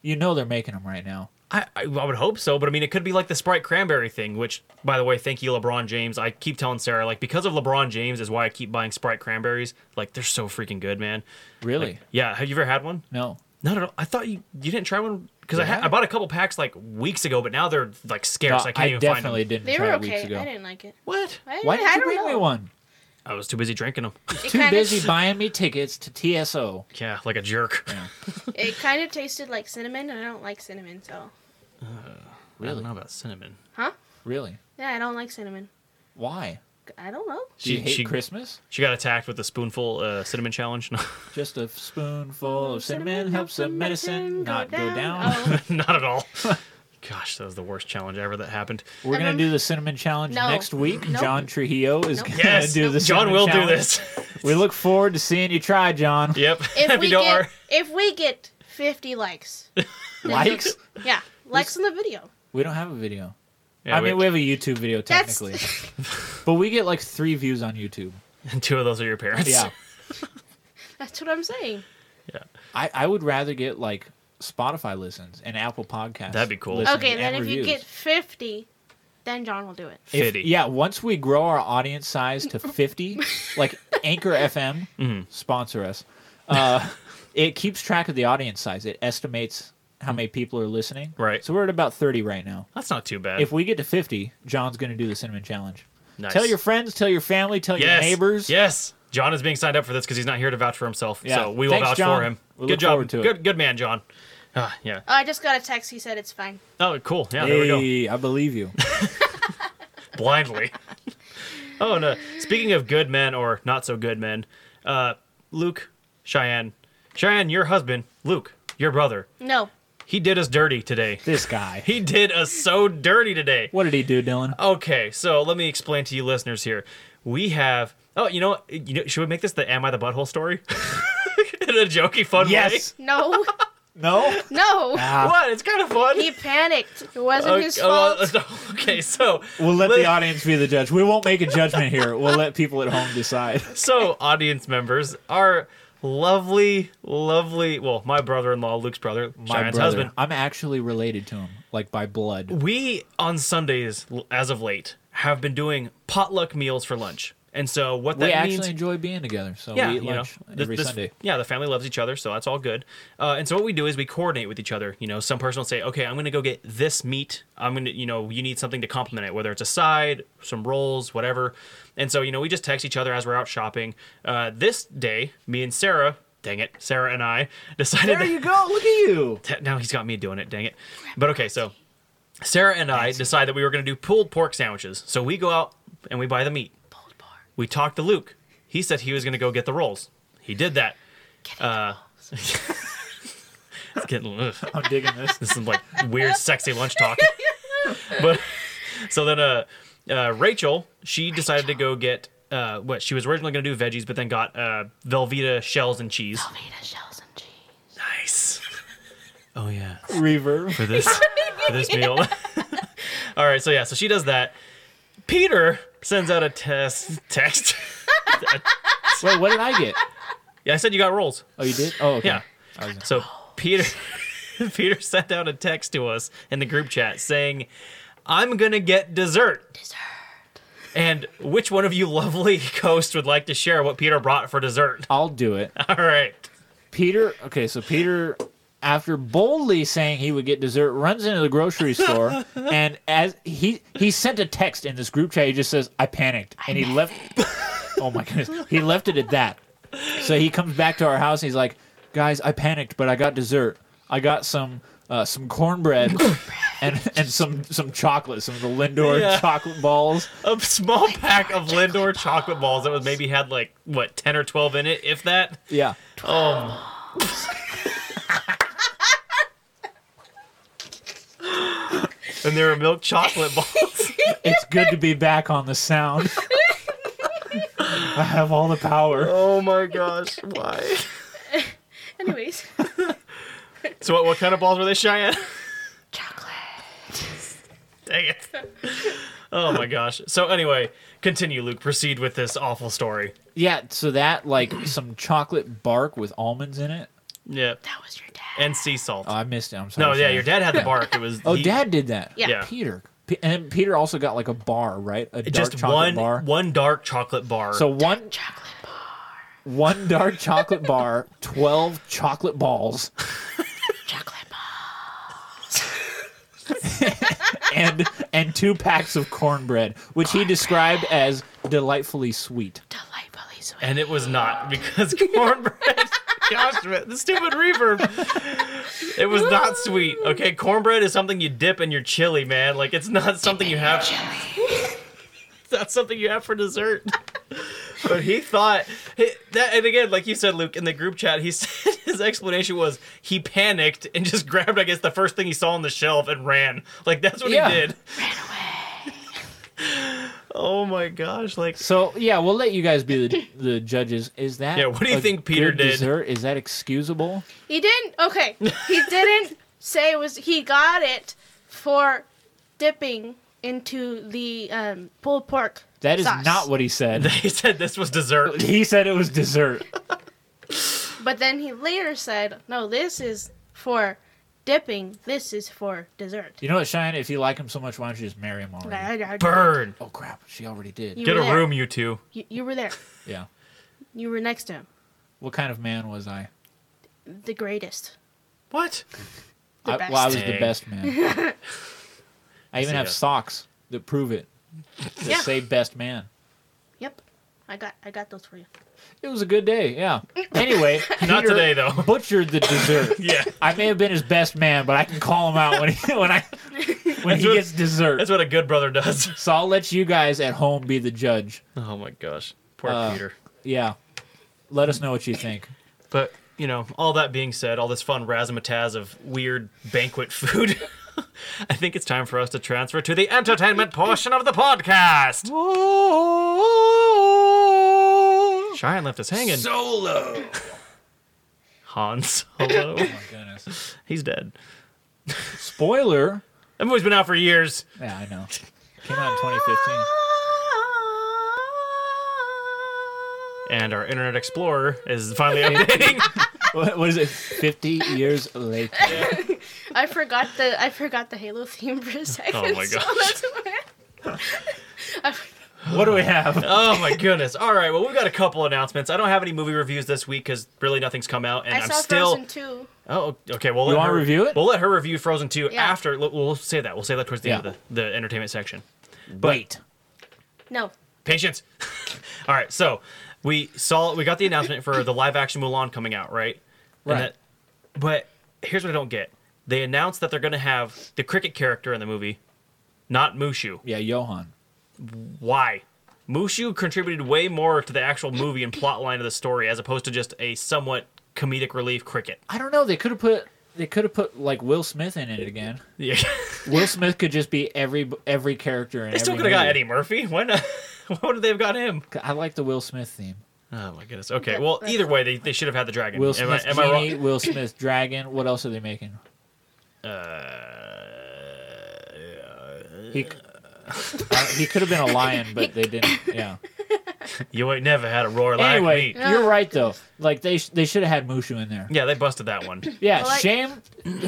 Speaker 3: You know they're making them right now.
Speaker 2: I, I, I would hope so, but I mean, it could be like the Sprite Cranberry thing, which, by the way, thank you, LeBron James. I keep telling Sarah, like, because of LeBron James is why I keep buying Sprite Cranberries. Like, they're so freaking good, man.
Speaker 3: Really?
Speaker 2: Yeah, have you ever had one?
Speaker 3: no.
Speaker 2: Not at all. I thought you you didn't try one because I,
Speaker 3: Yeah.
Speaker 2: ha- I bought a couple packs like weeks ago, but now they're like scarce.
Speaker 3: No,
Speaker 2: I can't even find
Speaker 3: definitely
Speaker 2: them.
Speaker 3: didn't
Speaker 4: They
Speaker 3: try
Speaker 4: were
Speaker 3: it weeks
Speaker 4: okay.
Speaker 3: ago.
Speaker 4: I didn't like it.
Speaker 2: What?
Speaker 4: I
Speaker 3: Why
Speaker 4: I
Speaker 3: did you
Speaker 4: don't
Speaker 3: bring
Speaker 4: know.
Speaker 3: me one?
Speaker 2: I was too busy drinking them.
Speaker 4: It
Speaker 3: Too
Speaker 4: kinda-
Speaker 3: busy buying me tickets to TSO.
Speaker 2: Yeah, like a jerk.
Speaker 4: It kind of tasted like cinnamon, and I don't like cinnamon, so.
Speaker 2: I don't
Speaker 3: Really?
Speaker 2: know about cinnamon.
Speaker 4: Huh?
Speaker 3: Really?
Speaker 4: Yeah, I don't like cinnamon.
Speaker 3: Why?
Speaker 4: I don't know.
Speaker 3: Do you
Speaker 2: She-
Speaker 3: hate
Speaker 2: she-
Speaker 3: Christmas?
Speaker 2: She got attacked with the spoonful uh, cinnamon challenge. No,
Speaker 3: Just a spoonful of cinnamon helps the medicine not go down.
Speaker 4: Oh,
Speaker 2: not at all. Gosh, that was the worst challenge ever that happened.
Speaker 3: We're gonna
Speaker 4: Um,
Speaker 3: do the cinnamon challenge
Speaker 4: no.
Speaker 3: next week.
Speaker 4: Nope.
Speaker 3: John Trujillo is
Speaker 4: Nope.
Speaker 3: gonna
Speaker 2: Yes,
Speaker 3: do the
Speaker 2: John
Speaker 3: cinnamon
Speaker 2: will
Speaker 3: challenge.
Speaker 2: do this.
Speaker 3: We look forward to seeing you try, John.
Speaker 2: Yep.
Speaker 4: if we
Speaker 2: you don't
Speaker 4: get
Speaker 2: are-
Speaker 4: if we get 50 likes,
Speaker 3: Likes?
Speaker 4: yeah, likes on the video.
Speaker 3: We don't have a video.
Speaker 2: Yeah,
Speaker 3: I mean, we have a YouTube video
Speaker 4: That's-
Speaker 3: technically, but we get like three views on YouTube.
Speaker 2: two of those are your parents.
Speaker 3: Yeah,
Speaker 4: That's what I'm saying.
Speaker 3: I, I would rather get like Spotify listens and Apple Podcasts.
Speaker 2: That'd be cool.
Speaker 3: listens
Speaker 4: Okay, then
Speaker 3: and
Speaker 4: if you
Speaker 3: reviews.
Speaker 4: get 50, then John will do it.
Speaker 3: If-
Speaker 2: Fitty.
Speaker 3: yeah, once we grow our audience size to 50, like Anchor FM,
Speaker 2: Mm-hmm.
Speaker 3: sponsor us. Uh, it keeps track of the audience size. It estimates how many people are listening.
Speaker 2: Right.
Speaker 3: So we're at about 30 right now.
Speaker 2: That's not too bad.
Speaker 3: If we get to 50, John's going to do the cinnamon challenge.
Speaker 2: Nice.
Speaker 3: Tell your friends, tell your family, tell
Speaker 2: yes.
Speaker 3: your neighbors.
Speaker 2: Yes. John is being signed up for this because he's not here to vouch for himself.
Speaker 3: Yeah.
Speaker 2: So we will
Speaker 3: Thanks,
Speaker 2: vouch
Speaker 3: John.
Speaker 2: for him.
Speaker 3: We
Speaker 2: good
Speaker 3: look
Speaker 2: job.
Speaker 3: forward to it.
Speaker 2: Good good man, John. Ah, yeah.
Speaker 4: Oh, I just got a text. He said it's fine.
Speaker 2: Oh, cool. Yeah, there we go.
Speaker 3: Hey, I believe you.
Speaker 2: Blindly. oh no. Speaking of good men or not so good men, uh, Luke, Cheyenne, Cheyenne, your husband, Luke, your brother,
Speaker 4: No,
Speaker 2: he did us dirty today.
Speaker 3: this guy.
Speaker 2: He Uh, did us so dirty today.
Speaker 3: What did he do, Dylan?
Speaker 2: Okay, so let me explain to you listeners here. We have. Oh, you know, what? you know, should we make this the "Am I the Butthole" story? in a jokey, fun
Speaker 3: yes.
Speaker 4: No,
Speaker 3: No.
Speaker 4: no.
Speaker 2: way.
Speaker 3: Ah,
Speaker 2: What? It's kind of fun.
Speaker 4: He panicked. It wasn't
Speaker 2: Okay,
Speaker 4: his
Speaker 2: well,
Speaker 4: fault.
Speaker 2: okay, so
Speaker 3: we'll let
Speaker 2: Let-
Speaker 3: the audience be the judge. We won't make a judgment here. We'll let people at home decide.
Speaker 2: so audience members are lovely, lovely. Well, my brother-in-law, Luke's brother,
Speaker 3: My
Speaker 2: Cheyenne
Speaker 3: brother.
Speaker 2: husband.
Speaker 3: I'm actually related to him, like by blood.
Speaker 2: We on Sundays, l- as of late, have been doing potluck meals for lunch, and so what
Speaker 3: we
Speaker 2: that
Speaker 3: actually
Speaker 2: means.
Speaker 3: enjoy being together, so
Speaker 2: yeah,
Speaker 3: we
Speaker 2: you
Speaker 3: eat
Speaker 2: know,
Speaker 3: lunch
Speaker 2: th-
Speaker 3: every
Speaker 2: this-
Speaker 3: Sunday.
Speaker 2: Yeah, the family loves each other, so that's all good. Uh, and so what we do is we coordinate with each other. You know, some person will say, "Okay, I'm going to go get this meat. I'm going to, you know, you need something to complement it, whether it's a side, some rolls, whatever." And so you know, we just text each other as we're out shopping. Uh, this day, me and Sarah, dang it, Sarah and I decided.
Speaker 3: There you go. Look at you.
Speaker 2: that- now he's got me doing it. Dang it. But okay, so Sarah and I decide that we were going to do pulled pork sandwiches. So we go out and we buy the meat.
Speaker 3: uh,
Speaker 4: Pulled pork.
Speaker 2: We talked to Luke. He said he was going to go get the rolls. He did that. Uh, it's getting ugh,
Speaker 3: I'm digging this.
Speaker 2: this is like weird, sexy lunch talk. but so then, uh, uh, Rachel she decided to go get uh, what she was originally going to do veggies, but then got uh, Velveeta shells and cheese.
Speaker 4: Vita shells and cheese.
Speaker 2: Oh, Nice. Oh yeah,
Speaker 3: Reverb.
Speaker 2: for this for this meal. All right, so yeah, so she does that. Peter sends out a test text.
Speaker 3: Wait, what did I get?
Speaker 2: Yeah, I said you got rolls.
Speaker 3: Oh, you did? Oh, okay.
Speaker 2: Yeah.
Speaker 3: I was gonna-
Speaker 2: So Peter Peter sent out a text to us in the group chat saying, "I'm going to get dessert." Dessert. And which one of you lovely ghosts would like to share what Peter brought for dessert?
Speaker 3: I'll do it.
Speaker 2: All right.
Speaker 3: Peter. Okay, so Peter, after boldly saying he would get dessert, runs into the grocery store, and as he he sent a text in this group chat, he just says, "I panicked," and he left. oh my goodness, he left it at that. So he comes back to our house, and he's like, "Guys, I panicked, but I got dessert. I got some." Uh, some cornbread and and some some chocolate, some of the Lindor
Speaker 2: Yeah.
Speaker 3: chocolate balls.
Speaker 2: A small pack of Lindor chocolate balls that was maybe had like what 10 or 12 in it, if that.
Speaker 3: Yeah,
Speaker 2: Oh. and there were milk chocolate balls.
Speaker 3: it's good to be back on the sound. I have all the power.
Speaker 2: oh my gosh, why?
Speaker 4: Anyways,
Speaker 2: So what, what kind of balls were they, Cheyenne?
Speaker 4: chocolate.
Speaker 2: Dang it. Oh my gosh. So anyway, continue, Luke. Proceed with this awful story.
Speaker 3: Yeah, so that like some chocolate bark with almonds in it.
Speaker 2: Yeah.
Speaker 4: That was your dad.
Speaker 2: And sea salt.
Speaker 3: Oh, I missed it. I'm sorry.
Speaker 2: no, yeah,
Speaker 3: sorry.
Speaker 2: your dad had the bark. It was
Speaker 3: Oh,
Speaker 2: he-
Speaker 3: Dad did that.
Speaker 4: Yeah.
Speaker 2: Yeah.
Speaker 3: Peter. P- and Peter also got like a bar, right? A dark
Speaker 2: Just
Speaker 3: chocolate
Speaker 2: one
Speaker 3: bar.
Speaker 2: one dark chocolate bar.
Speaker 3: So one
Speaker 4: Chocolate bar.
Speaker 3: one dark chocolate bar, twelve chocolate balls,
Speaker 4: Chocolate bar.
Speaker 3: and and two packs of cornbread, which he described as delightfully sweet.
Speaker 4: Delightfully sweet.
Speaker 2: and it was not because cornbread. Gosh, man, the stupid reverb. It was not sweet. Okay, cornbread is something you dip in your chili, man. Like it's not something you have. It's not something you have for dessert. But he thought he- that, and again, like you said, Luke, in the group chat, he said his explanation was he panicked and just grabbed, I guess, the first thing he saw on the shelf and ran. Like that's what
Speaker 3: Yeah.
Speaker 2: he did. Oh my gosh! Like
Speaker 3: So yeah, we'll let you guys be the, the judges. Is that
Speaker 2: Yeah, what do you
Speaker 3: a
Speaker 2: think Peter
Speaker 3: good
Speaker 2: did?
Speaker 3: Dessert? Is that excusable?
Speaker 4: He didn't. Okay. He didn't say it was. He got it for dipping into the um, pulled pork.
Speaker 3: That is
Speaker 4: sauce.
Speaker 3: not what he said.
Speaker 2: he said, this was dessert.
Speaker 3: he said it was dessert.
Speaker 4: But then he later said, "No, this is for dipping. This is for dessert."
Speaker 3: You know what, Cheyenne? If you like him so much, why don't you just marry him already?
Speaker 2: Burn.
Speaker 3: Oh crap, she already did.
Speaker 4: You
Speaker 2: Get
Speaker 4: were
Speaker 2: a
Speaker 4: there.
Speaker 2: room, you two.
Speaker 4: You, you were there.
Speaker 3: yeah.
Speaker 4: You were next to him.
Speaker 3: What kind of man was I?
Speaker 4: The greatest.
Speaker 2: What?
Speaker 4: The
Speaker 3: I
Speaker 4: best.
Speaker 3: well, I was the
Speaker 2: Dang.
Speaker 3: best man. I even
Speaker 2: See
Speaker 3: have
Speaker 2: ya.
Speaker 3: socks that prove it. That
Speaker 4: Yeah.
Speaker 3: say best man.
Speaker 4: Yep. I got. I got those for you.
Speaker 3: It was a good day, yeah. Anyway,
Speaker 2: Not
Speaker 3: Peter
Speaker 2: today, though.
Speaker 3: Butchered the dessert.
Speaker 2: Yeah.
Speaker 3: I may have been his best man, but I can call him out when he, when I when he
Speaker 2: what-
Speaker 3: gets dessert.
Speaker 2: That's what a good brother does.
Speaker 3: So I'll let you guys at home be the judge.
Speaker 2: Oh my gosh. Poor
Speaker 3: Uh,
Speaker 2: Peter.
Speaker 3: Yeah. Let us know what you think.
Speaker 2: But, you know, all that being said, all this fun razzmatazz of weird banquet food, I think it's time for us to transfer to the entertainment portion of the podcast. Cheyenne left us hanging.
Speaker 3: Solo.
Speaker 2: Han
Speaker 3: Oh,
Speaker 2: Solo.
Speaker 3: my goodness.
Speaker 2: He's dead.
Speaker 3: Spoiler.
Speaker 2: That movie's been out for years.
Speaker 3: Yeah, I know. Came out in 2015.
Speaker 2: And our Internet Explorer is finally updating.
Speaker 3: What, what is it? 50 years later.
Speaker 4: I forgot the I forgot the Halo theme for a second.
Speaker 2: Oh my
Speaker 4: so
Speaker 2: gosh.
Speaker 4: that's why- I-
Speaker 3: What do we have?
Speaker 2: oh my goodness. All right, well, we've got a couple announcements. I don't have any movie reviews this week because really nothing's come out. And
Speaker 4: I
Speaker 2: am
Speaker 4: saw
Speaker 2: still.
Speaker 4: Frozen 2.
Speaker 2: Oh, okay. Well,
Speaker 3: You
Speaker 2: let
Speaker 3: wanna
Speaker 2: her
Speaker 3: review it?
Speaker 2: We'll let her review Frozen 2
Speaker 4: Yeah.
Speaker 2: after. We'll, we'll say that. We'll say that towards the end
Speaker 3: Yeah.
Speaker 2: of the, the entertainment section.
Speaker 3: Wait.
Speaker 4: No.
Speaker 2: Patience. All right, so we saw we got the announcement for the live action Mulan coming out, right? And
Speaker 3: Right.
Speaker 2: that- but here's what I don't get: they announced that they're going to have the cricket character in the movie, not Mushu.
Speaker 3: Yeah, Johan.
Speaker 2: Why? Mushu contributed way more to the actual movie and plot line of the story as opposed to just a somewhat comedic relief cricket.
Speaker 3: I don't know. They could have put they could have put like Will Smith in it again.
Speaker 2: Yeah,
Speaker 3: Will Smith could just be every every character in
Speaker 2: they still
Speaker 3: every
Speaker 2: could have got
Speaker 3: movie.
Speaker 2: Eddie Murphy. Why not? Why would they have got him?
Speaker 3: I like the Will Smith theme.
Speaker 2: Oh my goodness. Okay. Well, either way, they, they should have had the dragon.
Speaker 3: Will
Speaker 2: Am I-
Speaker 3: Smith
Speaker 2: am I wrong?
Speaker 3: genie, Will Smith dragon. What else are they making?
Speaker 2: Uh,
Speaker 3: He, c- uh, he could have been a lion, but they didn't. Yeah.
Speaker 2: You ain't never had a roar like
Speaker 3: Anyway,
Speaker 2: me.
Speaker 3: you're right though. Like they sh- they should have had Mushu in there.
Speaker 2: Yeah, they busted that one.
Speaker 3: Yeah,
Speaker 4: Well, I-
Speaker 3: shame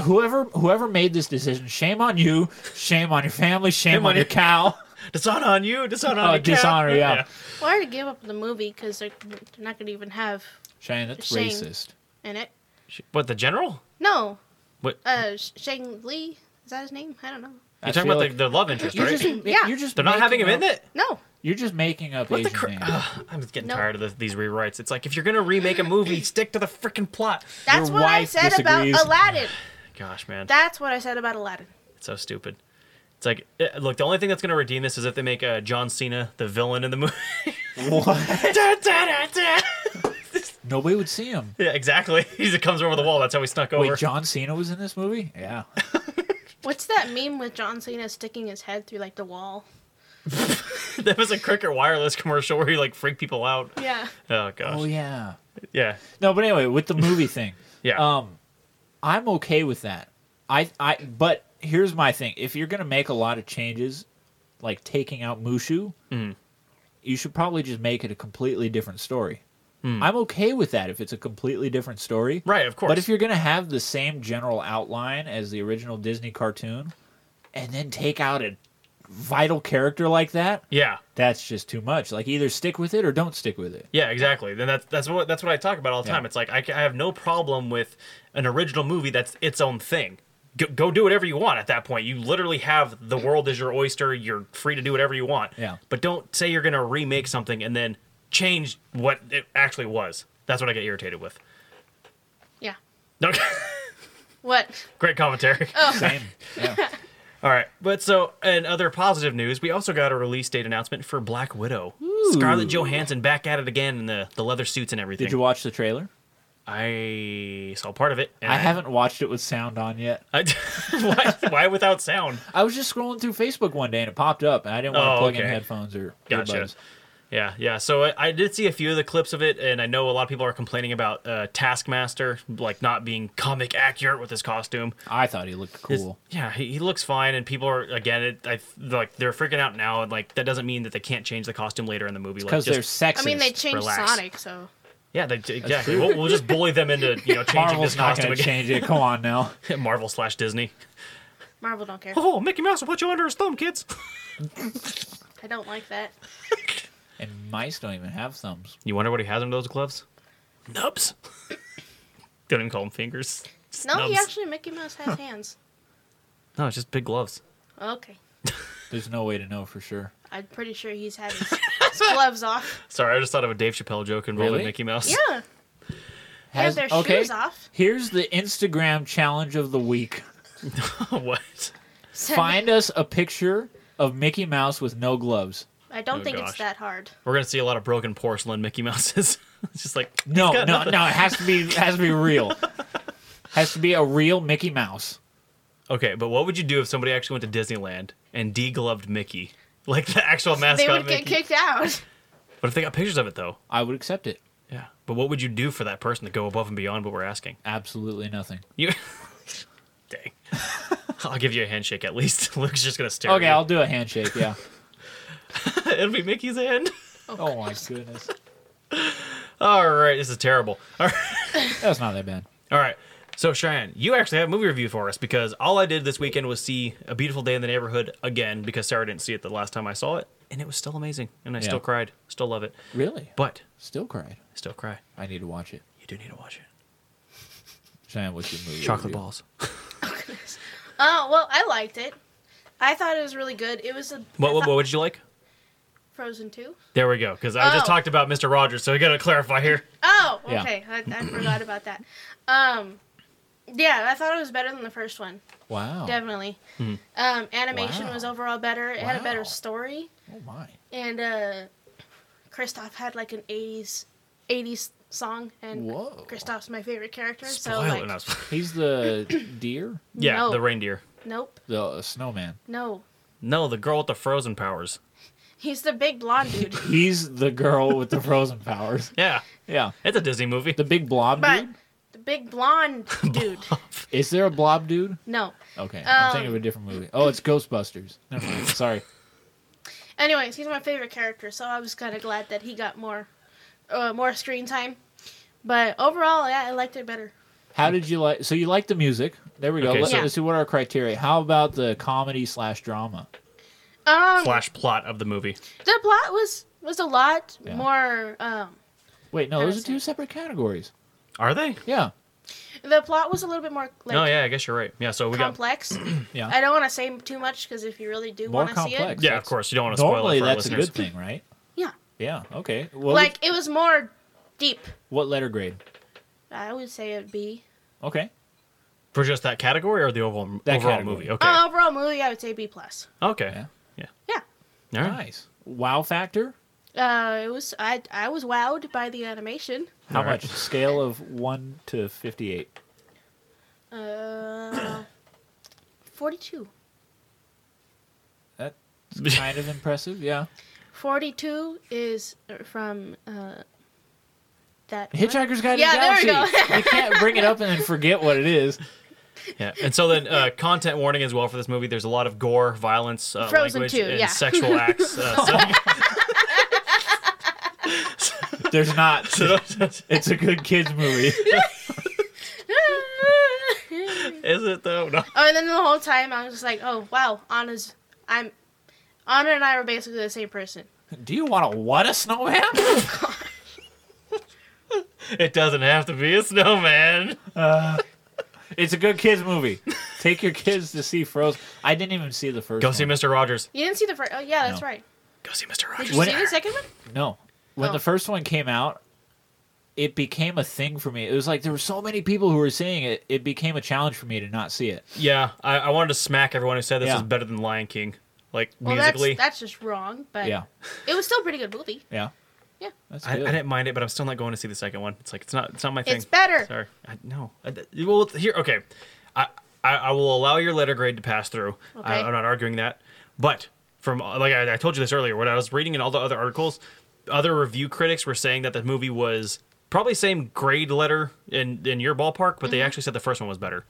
Speaker 3: whoever whoever made this decision. Shame on you. Shame on your family. Shame
Speaker 2: Shame
Speaker 3: on
Speaker 2: on
Speaker 3: your
Speaker 2: you.
Speaker 3: cow.
Speaker 2: Dishonor on you, dishonor on
Speaker 3: Oh,
Speaker 2: the cat.
Speaker 3: dishonor, yeah.
Speaker 4: Well, I already gave up on the movie because they're, they're not going to even have
Speaker 3: Shane, that's
Speaker 4: Shame.
Speaker 3: racist.
Speaker 4: in it.
Speaker 2: Sh- What, the general?
Speaker 4: No.
Speaker 2: What?
Speaker 4: Uh, Sh- Shang Li? Is that his name? I don't know.
Speaker 3: I
Speaker 2: You're talking
Speaker 3: feel
Speaker 2: about
Speaker 3: like-
Speaker 2: the, the love interest,
Speaker 3: You're
Speaker 2: right?
Speaker 3: just,
Speaker 4: Yeah.
Speaker 3: you're just
Speaker 2: They're not having him
Speaker 3: making
Speaker 2: in
Speaker 3: up-
Speaker 2: it?
Speaker 4: No.
Speaker 3: You're just making up
Speaker 2: What the
Speaker 3: Asian
Speaker 2: cr-
Speaker 3: names.
Speaker 2: Ugh, I'm just getting
Speaker 4: Nope.
Speaker 2: tired of the, these rewrites. It's like, if you're going to remake a movie, stick to the freaking plot.
Speaker 4: That's
Speaker 3: Your
Speaker 4: what I
Speaker 3: wife
Speaker 4: said
Speaker 3: disagrees.
Speaker 4: about Aladdin.
Speaker 2: Gosh, man.
Speaker 4: That's what I said about Aladdin.
Speaker 2: it's so stupid. It's like, eh, look, the only thing that's going to redeem this is if they make uh, John Cena the villain in the movie.
Speaker 3: What?
Speaker 2: Da, da, da, da.
Speaker 3: Nobody would see him.
Speaker 2: yeah, exactly. He just comes over the wall. That's how he snuck over.
Speaker 3: Wait, John Cena was in this movie? Yeah.
Speaker 4: What's that meme with John Cena sticking his head through like the wall?
Speaker 2: that was a Cricket Wireless commercial where he, like, freaked people out.
Speaker 4: Yeah.
Speaker 2: Oh, gosh.
Speaker 3: Oh yeah.
Speaker 2: yeah.
Speaker 3: No, but anyway, with the movie thing,
Speaker 2: Yeah.
Speaker 3: um, I'm okay with that. I I but here's my thing: if you're gonna make a lot of changes, like taking out Mushu,
Speaker 2: Mm-hmm.
Speaker 3: you should probably just make it a completely different story. I'm okay with that if it's a completely different story.
Speaker 2: Hmm. right, of course.
Speaker 3: But if you're gonna have the same general outline as the original Disney cartoon, and then take out a vital character like that,
Speaker 2: yeah.
Speaker 3: that's just too much. Like either stick with it or don't stick with it.
Speaker 2: Yeah, exactly. Then that's that's what that's what I talk about all the
Speaker 3: Yeah.
Speaker 2: time. It's like I, ca- I have no problem with an original movie that's its own thing. Go, go do whatever you want at that point. You literally have the world is your oyster. You're free to do whatever you want.
Speaker 3: Yeah.
Speaker 2: But don't say you're gonna remake something and then change what it actually was. That's what I get irritated with.
Speaker 4: Yeah.
Speaker 2: No,
Speaker 4: What?
Speaker 2: great commentary.
Speaker 3: Same. Yeah.
Speaker 2: All right, but so in other positive news, we also got a release date announcement for Black Widow. Scarlett Johansson back at it again in the, the leather suits and everything.
Speaker 3: Did you watch the trailer?
Speaker 2: I saw part of it. and
Speaker 3: I haven't watched it with sound on yet.
Speaker 2: I, why, why without sound?
Speaker 3: I was just scrolling through Facebook one day and it popped up, and I didn't want to
Speaker 2: Oh,
Speaker 3: plug in
Speaker 2: okay.
Speaker 3: headphones or
Speaker 2: Gotcha.
Speaker 3: earbuds.
Speaker 2: Yeah, yeah. So I, I did see a few of the clips of it, and I know a lot of people are complaining about uh, Taskmaster like not being comic accurate with his costume.
Speaker 3: I thought he looked
Speaker 2: His-
Speaker 3: cool.
Speaker 2: yeah, he, he looks fine, and people are again, it, I like they're freaking out now, and like that doesn't mean that they can't change the costume later in the movie. Like,
Speaker 3: Because
Speaker 2: just,
Speaker 3: they're sexist.
Speaker 4: I mean, they changed
Speaker 2: relax.
Speaker 4: Sonic, so.
Speaker 2: yeah, they, exactly. We'll, we'll just bully them into you know changing
Speaker 3: Marvel's
Speaker 2: this
Speaker 3: not
Speaker 2: costume
Speaker 3: going to
Speaker 2: again.
Speaker 3: change it. Come on now.
Speaker 2: Marvel slash Disney.
Speaker 4: Marvel don't care.
Speaker 2: Oh, Mickey Mouse will put you under his thumb, kids.
Speaker 4: I don't like that.
Speaker 3: And mice don't even have thumbs.
Speaker 2: You wonder what he has under those gloves? Nubs. Don't even call them fingers.
Speaker 4: No, he
Speaker 2: Snubs.
Speaker 4: actually Mickey Mouse has hands.
Speaker 2: No, it's just big gloves.
Speaker 4: Okay.
Speaker 3: There's no way to know for sure.
Speaker 4: I'm pretty sure he's had his, his gloves off.
Speaker 2: Sorry, I just thought of a Dave Chappelle joke involving
Speaker 3: Really?
Speaker 2: Mickey Mouse.
Speaker 4: Yeah.
Speaker 3: Has-
Speaker 4: their
Speaker 3: okay.
Speaker 4: shoes off.
Speaker 3: Here's the Instagram challenge of the week.
Speaker 2: what?
Speaker 4: So,
Speaker 3: Find us a picture of Mickey Mouse with no gloves.
Speaker 4: I don't
Speaker 2: Oh,
Speaker 4: think
Speaker 2: gosh.
Speaker 4: it's that hard.
Speaker 2: We're gonna see a lot of broken porcelain Mickey Mouses. it's just like
Speaker 3: No, no,
Speaker 2: he's got nothing.
Speaker 3: no. It has to be. It has to be real. has to be a real Mickey Mouse.
Speaker 2: Okay, but what would you do if somebody actually went to Disneyland and degloved Mickey, like the actual mascot?
Speaker 4: They would
Speaker 2: Mickey?
Speaker 4: get kicked out.
Speaker 2: What if they got pictures of it though?
Speaker 3: I would accept it.
Speaker 2: Yeah. But what would you do for that person to go above and beyond what we're asking?
Speaker 3: Absolutely nothing.
Speaker 2: You, dang. I'll give you a handshake at least. Luke's just gonna stare.
Speaker 3: Okay, I'll
Speaker 2: at
Speaker 3: do a handshake. Yeah.
Speaker 2: you. It'll be Mickey's hand.
Speaker 3: oh my goodness,
Speaker 2: All right, this is terrible. All right.
Speaker 3: that's not that bad.
Speaker 2: All right. So Cheyenne, you actually have a movie review for us because all I did this weekend was see A Beautiful Day in the Neighborhood again because Sarah didn't see it the last time I saw it, and it was still amazing, and I
Speaker 3: Yeah.
Speaker 2: still cried, still love it,
Speaker 3: Really?
Speaker 2: but
Speaker 3: Still cried.
Speaker 2: still cry.
Speaker 3: I need to watch it.
Speaker 2: You do need to watch it.
Speaker 3: Cheyenne, what's your movie?
Speaker 2: Chocolate
Speaker 3: review?
Speaker 2: balls.
Speaker 4: Oh well, I liked it. I thought it was really good. It was a
Speaker 2: What,
Speaker 4: I
Speaker 2: what
Speaker 4: thought-
Speaker 2: what did you like?
Speaker 4: Frozen Two.
Speaker 2: There we go. Because I just
Speaker 4: Oh.
Speaker 2: talked about Mr. Rogers, so we got to clarify here.
Speaker 4: Oh,
Speaker 3: Yeah.
Speaker 4: okay. I, I forgot about that. Um, yeah, I thought it was better than the first one.
Speaker 2: Oh.
Speaker 3: Wow.
Speaker 4: Definitely.
Speaker 2: Hmm.
Speaker 4: Um, animation
Speaker 3: Wow.
Speaker 4: was overall better. It had a
Speaker 3: Wow.
Speaker 4: better story,
Speaker 3: Oh my.
Speaker 4: and uh, Kristoff had like an '80s '80s song, and
Speaker 3: Whoa.
Speaker 4: Kristoff's my favorite character. so
Speaker 2: Spoiler.
Speaker 4: like,
Speaker 2: no, sp-
Speaker 3: He's the deer,
Speaker 2: yeah,
Speaker 4: No.
Speaker 2: the reindeer.
Speaker 4: nope,
Speaker 3: the uh, snowman.
Speaker 4: no.
Speaker 2: No, the girl with the frozen powers.
Speaker 4: He's the big blonde dude.
Speaker 3: He's the girl with the frozen powers.
Speaker 2: Yeah,
Speaker 3: Yeah.
Speaker 2: it's a Disney movie.
Speaker 3: The big blob
Speaker 4: But
Speaker 3: dude?
Speaker 4: the big blonde dude.
Speaker 3: Is there a blob dude?
Speaker 4: No.
Speaker 3: Okay, I'm thinking of
Speaker 4: Um,
Speaker 3: a different movie. Oh, it's Ghostbusters. Never mind. Sorry.
Speaker 4: Anyways, he's my favorite character, so I was kind of glad that he got more, uh, more screen time. But overall, yeah, I liked it better.
Speaker 3: How did you like? So you like the music? There we go.
Speaker 2: Okay,
Speaker 3: let's,
Speaker 4: so-
Speaker 3: let's see what our criteria. How about the comedy slash drama?
Speaker 4: Um,
Speaker 2: Flash plot of the movie.
Speaker 4: the plot was was a lot
Speaker 3: Yeah.
Speaker 4: more. Um,
Speaker 3: Wait, no,
Speaker 4: I
Speaker 3: those are
Speaker 4: don't
Speaker 3: two separate categories.
Speaker 2: Are they?
Speaker 3: Yeah,
Speaker 4: the plot was a little bit more like
Speaker 2: no, yeah, I guess you're right. Yeah, so we got.
Speaker 4: complex.
Speaker 3: yeah.
Speaker 4: I don't want to say too much because if you really do
Speaker 3: More
Speaker 4: want to see it,
Speaker 3: complex.
Speaker 2: Yeah, of course. You don't want to spoil it
Speaker 3: Normally,
Speaker 2: for
Speaker 3: that's a
Speaker 2: our listeners.
Speaker 3: good thing, right?
Speaker 4: yeah,
Speaker 3: Yeah. Okay. Well,
Speaker 4: like it was more deep.
Speaker 3: what letter grade?
Speaker 4: I would say it'd be.
Speaker 3: Okay.
Speaker 2: For just that category or the overall,
Speaker 3: That
Speaker 2: overall
Speaker 3: category.
Speaker 2: movie? Okay.
Speaker 4: Uh, overall movie, I would say B plus.
Speaker 2: okay. Yeah.
Speaker 4: Yeah,
Speaker 2: All right.
Speaker 3: Nice. Wow factor.
Speaker 4: uh, it was. I I was wowed by the animation.
Speaker 3: How
Speaker 2: All right.
Speaker 3: much? Scale of one to fifty-eight.
Speaker 4: Uh, forty two.
Speaker 3: That's kind of impressive. Yeah.
Speaker 4: 42 is from uh, that. one.
Speaker 3: Hitchhiker's Guide
Speaker 4: Yeah,
Speaker 3: to the Galaxy.
Speaker 4: there we
Speaker 3: you can't bring it up and then forget what it is.
Speaker 2: Yeah. And so then, uh, content warning as well for this movie. There's a lot of gore, violence, uh,
Speaker 4: Frozen
Speaker 2: language,
Speaker 4: too,
Speaker 2: and
Speaker 4: yeah.
Speaker 2: sexual acts. Uh, so-
Speaker 3: There's not.
Speaker 2: so, is
Speaker 3: It's a good kids movie.
Speaker 2: it though? No.
Speaker 4: oh, and then the whole time I was just like, oh, wow, Anna's. I'm. Anna and I were basically the same person.
Speaker 3: Do you want to what a snowman?
Speaker 2: It doesn't have to be a snowman.
Speaker 3: it's a good kids movie. Take your kids to see Frozen. I didn't even see the first.
Speaker 2: Go
Speaker 3: one.
Speaker 2: see Mr. Rogers.
Speaker 4: You didn't see the first. Oh, yeah, that's
Speaker 3: No.
Speaker 4: right.
Speaker 2: Go see Mr.
Speaker 4: Did
Speaker 2: Rogers.
Speaker 4: you
Speaker 3: When-
Speaker 4: see the second one?
Speaker 3: No, when
Speaker 4: Oh.
Speaker 3: the first one came out, it became a thing for me. It was like there were so many people who were seeing it. It became a challenge for me to not see it.
Speaker 2: Yeah, I, I wanted to smack everyone who said this
Speaker 3: Yeah.
Speaker 2: is better than Lion King, like
Speaker 4: Well,
Speaker 2: musically.
Speaker 4: that's, that's just wrong, but
Speaker 3: Yeah,
Speaker 4: it was still a pretty good movie.
Speaker 3: yeah,
Speaker 4: Yeah.
Speaker 3: That's
Speaker 2: I, I
Speaker 3: good.
Speaker 2: didn't mind it, but I'm still not going to see the second one. It's like it's not it's not my thing.
Speaker 4: It's better.
Speaker 2: Sorry, I, no. I, d- well, here, okay. I, I I will allow your letter grade to pass through. I,
Speaker 4: Okay.
Speaker 2: I'm not arguing that, but from uh, like I, I told you this earlier when I was reading in all the other articles, other review critics were saying that the movie was probably same grade letter in in your ballpark, but they
Speaker 4: Mm-hmm.
Speaker 2: actually said the first one was better,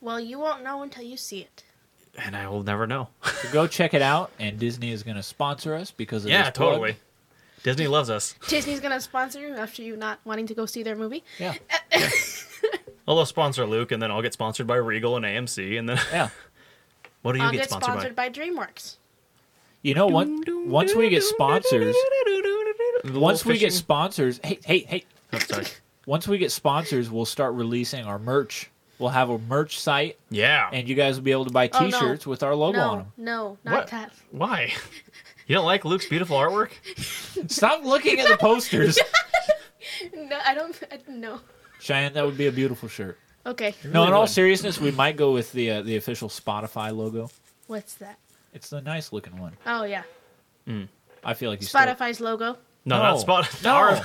Speaker 4: Well, you won't know until you see it.
Speaker 2: and I will never know.
Speaker 3: So go check it out, and Disney is going to sponsor us because of
Speaker 2: yeah,
Speaker 3: this plug.
Speaker 2: totally. Disney loves us.
Speaker 4: Disney's gonna sponsor you after you not wanting to go see their movie.
Speaker 3: Yeah,
Speaker 2: Well, they'll sponsor Luke, and then I'll get sponsored by Regal and AMC, and then
Speaker 3: yeah.
Speaker 2: what do you
Speaker 4: I'll
Speaker 2: get,
Speaker 4: get
Speaker 2: sponsored,
Speaker 4: sponsored by DreamWorks.
Speaker 3: You know what? Once we get sponsors, once we get sponsors, hey, hey, hey.
Speaker 2: I'm sorry.
Speaker 3: Once we get sponsors, we'll start releasing our merch. We'll have a merch site,
Speaker 2: Yeah.
Speaker 3: and you guys will be able to buy
Speaker 4: Oh, no.
Speaker 3: T-shirts with our logo on
Speaker 4: No,
Speaker 3: them.
Speaker 4: no, not
Speaker 2: What?
Speaker 4: that.
Speaker 2: Why? You don't like Luke's beautiful artwork?
Speaker 3: Stop looking at the posters,
Speaker 4: No, I don't. I, no.
Speaker 3: Cheyenne. That would be a beautiful shirt.
Speaker 4: Okay,
Speaker 3: no, in all
Speaker 2: would.
Speaker 3: seriousness, we might go with the uh, the official Spotify logo.
Speaker 4: what's that?
Speaker 3: It's the nice looking one.
Speaker 4: Oh yeah,
Speaker 3: I feel like you still-
Speaker 4: Spotify's logo.
Speaker 2: No,
Speaker 3: No.
Speaker 2: not spot.
Speaker 3: No,
Speaker 2: Our-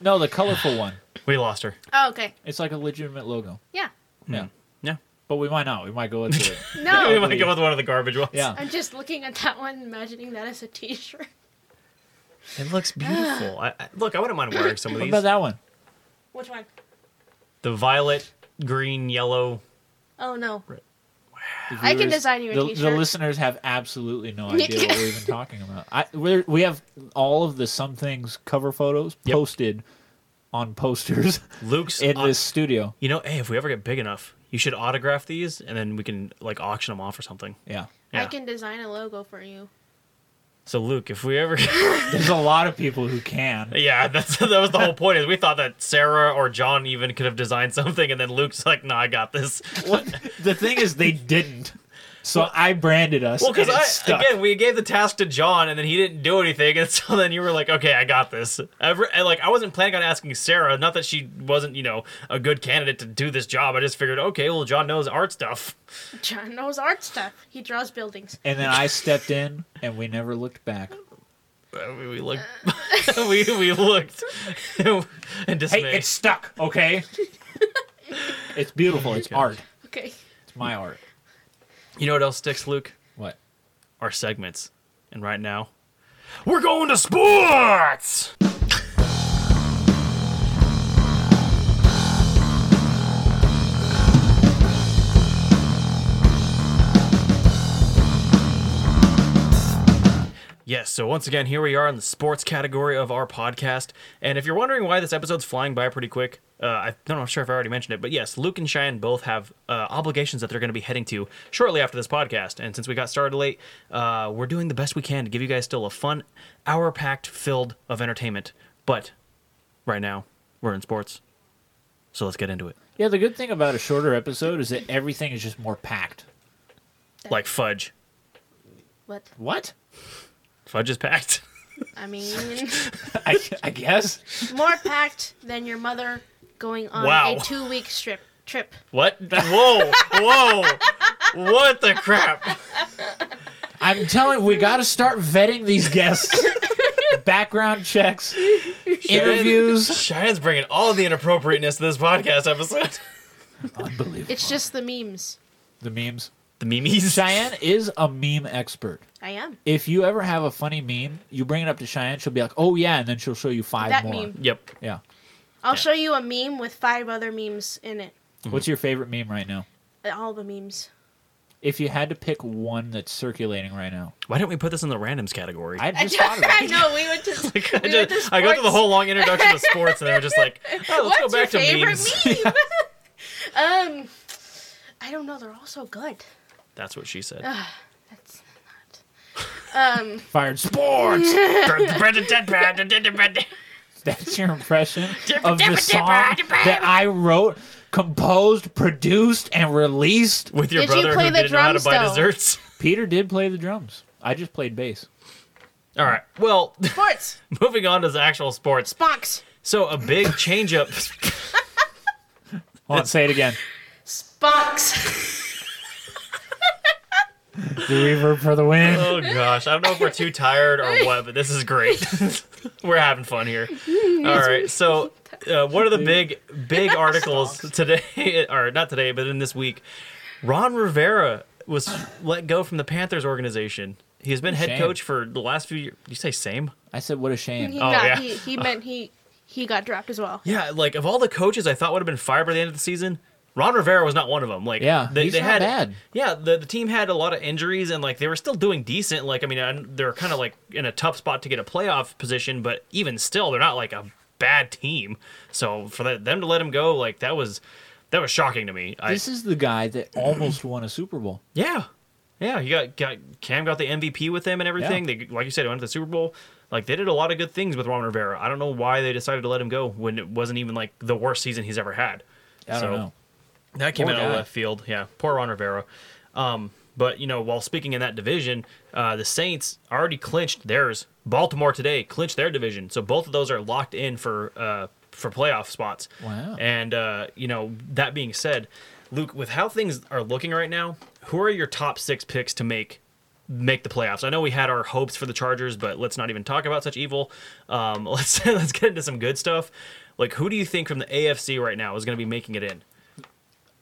Speaker 3: no, the colorful one.
Speaker 2: we lost her.
Speaker 4: Oh, okay.
Speaker 3: It's like a legitimate logo.
Speaker 4: Yeah.
Speaker 3: Yeah,
Speaker 2: Yeah.
Speaker 3: but we might not. We might go into it.
Speaker 2: we
Speaker 4: No.
Speaker 2: might go with one of the garbage ones.
Speaker 3: Yeah.
Speaker 4: I'm just looking at that one, imagining that as a t shirt.
Speaker 2: It looks beautiful. I, I, look, I wouldn't mind wearing some of
Speaker 3: What
Speaker 2: these.
Speaker 3: about that one?
Speaker 4: Which one?
Speaker 2: The violet, green, yellow.
Speaker 4: Oh no.
Speaker 3: The
Speaker 4: I can
Speaker 3: viewers-
Speaker 4: design you a
Speaker 3: the, the
Speaker 4: t-shirt.
Speaker 3: listeners have absolutely no idea what we're even talking about. I, we're, we have all of the some things cover photos
Speaker 2: Yep.
Speaker 3: posted on posters
Speaker 2: Luke's.
Speaker 3: in
Speaker 2: au-
Speaker 3: this studio.
Speaker 2: you know, hey, if we ever get big enough, you should autograph these, and then we can like auction them off or something.
Speaker 3: Yeah,
Speaker 2: Yeah.
Speaker 4: I can design a logo for you.
Speaker 2: So Luke, if we ever,
Speaker 3: there's a lot of people who can.
Speaker 2: yeah, that's that was the whole point. Is we thought that Sarah or John even could have designed something, and then Luke's like, "No, I got this."
Speaker 3: What, the thing is, they didn't. So I branded us.
Speaker 2: Well,
Speaker 3: because
Speaker 2: because I again, we gave the task to John, and then he didn't do anything, and so then you were like, "Okay, I got this." Ever, and like I wasn't planning on asking Sarah. Not that she wasn't, you know, a good candidate to do this job. I just figured, okay, well, John knows art stuff.
Speaker 4: John knows art stuff. He draws buildings.
Speaker 3: and then I stepped in, and we never looked back.
Speaker 2: Uh, We, we looked, we we looked, and dismay.
Speaker 3: stuck, okay? it's beautiful. It's art.
Speaker 4: Okay.
Speaker 3: It's my art.
Speaker 2: you know what else sticks, Luke?
Speaker 3: What?
Speaker 2: Our segments, and right now, we're going to sports. Yes, so once again, here we are in the sports category of our podcast. And if you're wondering why this episode's flying by pretty quick, uh, I don't know, I'm sure if I already mentioned it, but yes, Luke and Cheyenne both have uh, obligations that they're going to be heading to shortly after this podcast. And since we got started late, uh, we're doing the best we can to give you guys still a fun, hour packed filled of entertainment. But right now, we're in sports. So let's get into it.
Speaker 3: Yeah, the good thing about a shorter episode is that everything is just more packed.
Speaker 2: Like fudge.
Speaker 4: What?
Speaker 3: What?
Speaker 2: Fudge is packed.
Speaker 4: I mean,
Speaker 3: I, I guess.
Speaker 4: more packed than your mother going on
Speaker 2: Wow.
Speaker 4: a two-week strip trip.
Speaker 2: What? Whoa! Whoa! What the crap?
Speaker 3: I'm telling we got to start vetting these guests. Background checks, interviews.
Speaker 2: Cheyenne's bringing all the inappropriateness to this podcast episode.
Speaker 3: Unbelievable.
Speaker 4: It's just the memes.
Speaker 3: The memes.
Speaker 2: The memes.
Speaker 3: Cheyenne is a meme expert.
Speaker 4: I am.
Speaker 3: If you ever have a funny meme, you bring it up to Cheyenne, she'll be like, "Oh yeah," and then she'll show you five
Speaker 4: That
Speaker 3: more.
Speaker 4: meme.
Speaker 2: Yep.
Speaker 3: Yeah.
Speaker 4: I'll show you a meme with five other memes in it.
Speaker 2: Mm-hmm.
Speaker 4: Uh,
Speaker 3: What's your favorite meme right now?
Speaker 4: All the memes.
Speaker 3: If you had to pick one that's circulating right now,
Speaker 2: Why didn't we put this in the randoms category?
Speaker 3: I just thought of
Speaker 4: I
Speaker 3: it.
Speaker 4: know we went to.
Speaker 2: Like, I,
Speaker 4: we
Speaker 2: just-
Speaker 4: went to
Speaker 2: I go through the
Speaker 4: sports.
Speaker 2: whole long introduction to sports, and they're just like, oh, let's
Speaker 4: What's
Speaker 2: go back
Speaker 4: your
Speaker 2: to memes.
Speaker 4: favorite meme? um, I don't know. They're all so good.
Speaker 2: That's what she said.
Speaker 4: That's not. Um,
Speaker 3: Fired sports. That's your impression of the song that I wrote, composed, produced, and released.
Speaker 2: With your
Speaker 4: Did you
Speaker 2: brother
Speaker 4: play
Speaker 2: who
Speaker 4: the
Speaker 2: didn't know how to
Speaker 4: drums,
Speaker 2: buy
Speaker 4: though?
Speaker 2: desserts.
Speaker 3: Peter did play the drums. I just played bass.
Speaker 2: All right. Well,
Speaker 4: sports.
Speaker 2: moving on to the actual sports.
Speaker 4: Sponks.
Speaker 2: So a big change up.
Speaker 3: Hold on, say it again.
Speaker 4: Sponks.
Speaker 3: The reverb for the win.
Speaker 2: Oh gosh, I don't know if we're too tired or what, but this is great. we're having fun here. All right, so uh, one of the big, big articles today, or not today, but in this week, Ron Rivera was let go from the Panthers organization. He has been head
Speaker 3: Shame.
Speaker 2: coach for the last few years. You say same?
Speaker 3: I said, what a shame.
Speaker 4: He,
Speaker 2: Oh,
Speaker 4: got,
Speaker 2: yeah.
Speaker 4: he, he meant he he got dropped as well.
Speaker 2: Yeah, like of all the coaches I thought would have been fired by the end of the season, Ron Rivera was not one of them. Like,
Speaker 3: Yeah,
Speaker 2: they,
Speaker 3: he's
Speaker 2: they
Speaker 3: not
Speaker 2: had
Speaker 3: bad.
Speaker 2: Yeah, the, the team had a lot of injuries, and like they were still doing decent. Like, I mean, I- they're kind of like in a tough spot to get a playoff position, but even still, they're not like a bad team. So for that, them to let him go, like that was that was shocking to me. I,
Speaker 3: This is the guy that almost won a Super Bowl.
Speaker 2: yeah, yeah, he got, got Cam got the MVP with him and everything. They like you said, went to the Super Bowl. Like they did a lot of good things with Ron Rivera. I don't know why they decided to let him go when it wasn't even like the worst season he's ever had.
Speaker 3: I don't
Speaker 2: So-
Speaker 3: know.
Speaker 2: That came
Speaker 3: Poor
Speaker 2: out of
Speaker 3: guy.
Speaker 2: left field. Yeah, poor Ron Rivera. Um, but you know, while speaking in that division, uh, the Saints already clinched theirs. Baltimore today clinched their division, so both of those are locked in for uh, for playoff spots.
Speaker 3: Wow.
Speaker 2: And uh, you know, that being said, Luke, with how things are looking right now, who are your top six picks to make make the playoffs? I know we had our hopes for the Chargers, but let's not even talk about such evil. Um, let's let's get into some good stuff. Like, who do you think from the AFC right now is going to be making it in?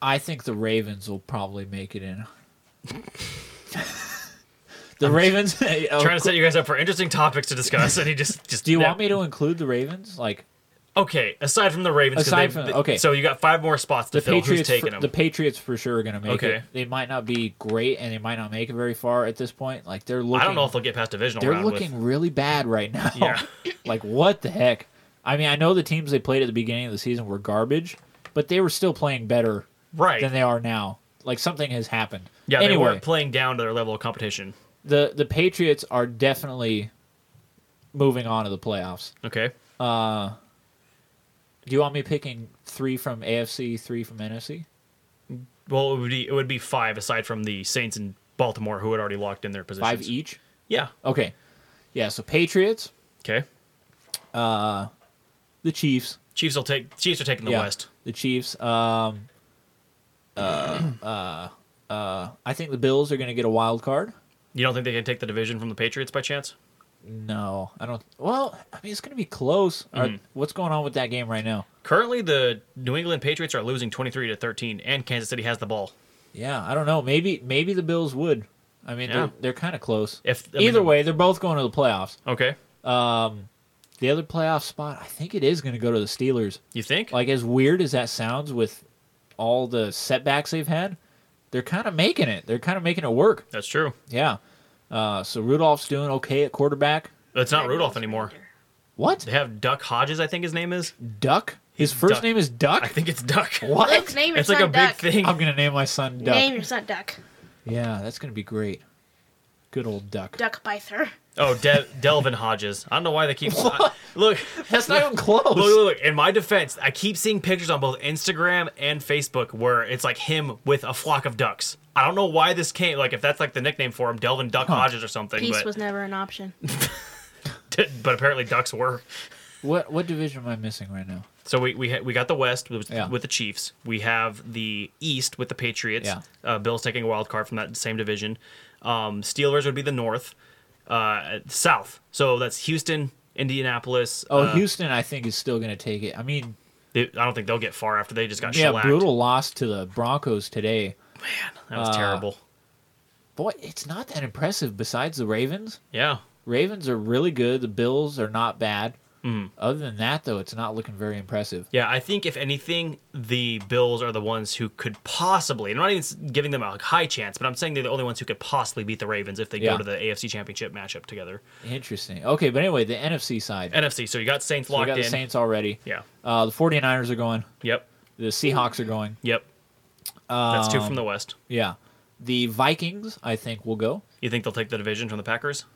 Speaker 3: I think the Ravens will probably make it in. The Ravens. Hey, oh,
Speaker 2: Trying
Speaker 3: cool.
Speaker 2: to set you guys up for interesting topics to discuss, and he just just.
Speaker 3: Do you want me to include the Ravens? Like
Speaker 2: Okay, aside from the Ravens, 'cause
Speaker 3: Aside
Speaker 2: they've-
Speaker 3: from-
Speaker 2: th-
Speaker 3: okay.
Speaker 2: So you got five more spots to
Speaker 3: the
Speaker 2: fill. Who's
Speaker 3: Patriots,
Speaker 2: taking
Speaker 3: for,
Speaker 2: them?
Speaker 3: the Patriots for sure are going to make
Speaker 2: Okay.
Speaker 3: it. They might not be great, and they might not make it very far at this point. Like they're looking.
Speaker 2: I don't know if they'll get past divisional
Speaker 3: they're
Speaker 2: round.
Speaker 3: looking
Speaker 2: with,
Speaker 3: really bad right now.
Speaker 2: Yeah.
Speaker 3: like what the heck? I mean, I know the teams they played at the beginning of the season were garbage, but they were still playing better
Speaker 2: right.
Speaker 3: than they are now. Like something has happened.
Speaker 2: yeah, they
Speaker 3: anyway,
Speaker 2: weren't playing down to their level of competition.
Speaker 3: the the Patriots are definitely moving on to the playoffs.
Speaker 2: Okay.
Speaker 3: Do you want me picking three from AFC, three from NFC?
Speaker 2: Well, it would be it would be five aside from the Saints and Baltimore, who had already locked in their positions.
Speaker 3: Five each?
Speaker 2: Yeah.
Speaker 3: Okay. Yeah, so Patriots,
Speaker 2: Okay.
Speaker 3: the Chiefs.
Speaker 2: Chiefs will take. Chiefs are taking the
Speaker 3: yeah,
Speaker 2: West.
Speaker 3: The Chiefs. Um uh, uh, uh, I think the Bills are going to get a wild card.
Speaker 2: You don't think they can take the division from the Patriots by chance?
Speaker 3: No, I don't. Well, I mean, it's going to be close. Are-
Speaker 2: Mm-hmm.
Speaker 3: what's going on with that game right now?
Speaker 2: Currently, the New England Patriots are losing twenty three to thirteen, and Kansas City has the ball.
Speaker 3: Yeah, I don't know. Maybe maybe the Bills would. I mean,
Speaker 2: Yeah.
Speaker 3: they're, they're kind of close.
Speaker 2: If I mean,
Speaker 3: Either way, they're both going to the playoffs.
Speaker 2: okay.
Speaker 3: The other playoff spot, I think it is going to go to the Steelers.
Speaker 2: You think?
Speaker 3: Like as weird as that sounds, with all the setbacks they've had, they're kind of making it. They're kind of making it work.
Speaker 2: That's true.
Speaker 3: Yeah. Uh, so Rudolph's doing okay at quarterback.
Speaker 2: It's not
Speaker 4: That
Speaker 2: Rudolph
Speaker 4: Bills
Speaker 2: anymore.
Speaker 4: reminder.
Speaker 3: What
Speaker 2: They have Duck Hodges, I think his name is.
Speaker 3: Duck? His first
Speaker 2: Duck.
Speaker 3: name is Duck.
Speaker 2: I think it's Duck.
Speaker 3: what?
Speaker 4: Luke's name your
Speaker 2: It's like a
Speaker 4: son
Speaker 2: big
Speaker 4: Duck.
Speaker 2: thing.
Speaker 3: I'm gonna name my son Duck.
Speaker 4: Name your son Duck.
Speaker 3: Yeah, that's gonna be great. Good old Duck.
Speaker 4: Duck Byther.
Speaker 2: Oh, De- Delvin Hodges. I don't know why they keep. I- look,
Speaker 3: That's not even
Speaker 2: Look,
Speaker 3: close.
Speaker 2: look, look, in my defense, I keep seeing pictures on both Instagram and Facebook where it's like him with a flock of ducks. I don't know why this came, like, if that's like the nickname for him, Delvin Duck Hodges or something,
Speaker 4: Peace
Speaker 2: but,
Speaker 4: was never an option.
Speaker 2: but apparently ducks were.
Speaker 3: What what division am I missing right now?
Speaker 2: So we we, ha- we got the West with,
Speaker 3: Yeah.
Speaker 2: with the Chiefs. We have the East with the Patriots.
Speaker 3: Yeah.
Speaker 2: Uh, Bills taking a wild card from that same division. Um, Steelers would be the North. Uh, South. So that's Houston, Indianapolis.
Speaker 3: Oh,
Speaker 2: uh,
Speaker 3: Houston, I think is still gonna take it. I mean,
Speaker 2: they- I don't think they'll get far after they just got
Speaker 3: yeah,
Speaker 2: shellacked.
Speaker 3: brutal loss to the Broncos today.
Speaker 2: That was terrible.
Speaker 3: Uh, Boy, it's not that impressive. Besides the Ravens,
Speaker 2: Yeah.
Speaker 3: Ravens are really good. The Bills are not bad.
Speaker 2: Mm.
Speaker 3: Other than that, though, it's not looking very impressive.
Speaker 2: Yeah, I think if anything, the Bills are the ones who could possibly, and I'm not even s- giving them a high chance, but I'm saying they're the only ones who could possibly beat the Ravens if they
Speaker 3: Yeah.
Speaker 2: go to the AFC Championship matchup together.
Speaker 3: Interesting. Okay, but anyway, the NFC side.
Speaker 2: NFC, so you got Saints
Speaker 3: So we
Speaker 2: locked
Speaker 3: got the
Speaker 2: in.
Speaker 3: Saints already.
Speaker 2: Yeah.
Speaker 3: Uh, the 49ers are going.
Speaker 2: Yep.
Speaker 3: The Seahawks are going.
Speaker 2: Yep. That's two
Speaker 3: Um,
Speaker 2: from the West.
Speaker 3: Yeah. The Vikings, I think, will go.
Speaker 2: You think they'll take the division from the Packers?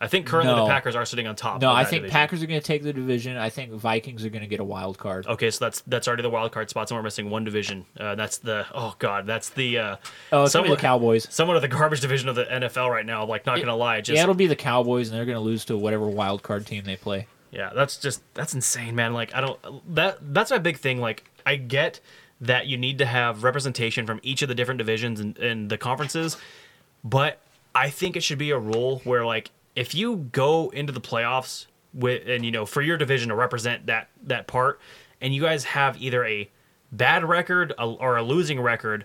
Speaker 2: I think currently
Speaker 3: No.
Speaker 2: the Packers are sitting on top.
Speaker 3: No,
Speaker 2: of
Speaker 3: I
Speaker 2: that
Speaker 3: think
Speaker 2: division.
Speaker 3: Packers are going to take the division. I think Vikings are going to get a wild card.
Speaker 2: Okay, so that's that's already the wild card spots, and we're missing one division. Uh, that's the oh god, that's the
Speaker 3: Oh,
Speaker 2: uh,
Speaker 3: it's going to
Speaker 2: somewhat-
Speaker 3: be the Cowboys.
Speaker 2: Somewhat of the garbage division of the NFL right now. Like, not gonna lie, just
Speaker 3: yeah, it'll be the Cowboys, and they're going to lose to whatever wild card team they play.
Speaker 2: Yeah, that's just that's insane, man. Like I don't that that's my big thing. Like I get that you need to have representation from each of the different divisions and, and the conferences, but I think it should be a rule where like if you go into the playoffs with and you know for your division to represent that that part, and you guys have either a bad record a- or a losing record.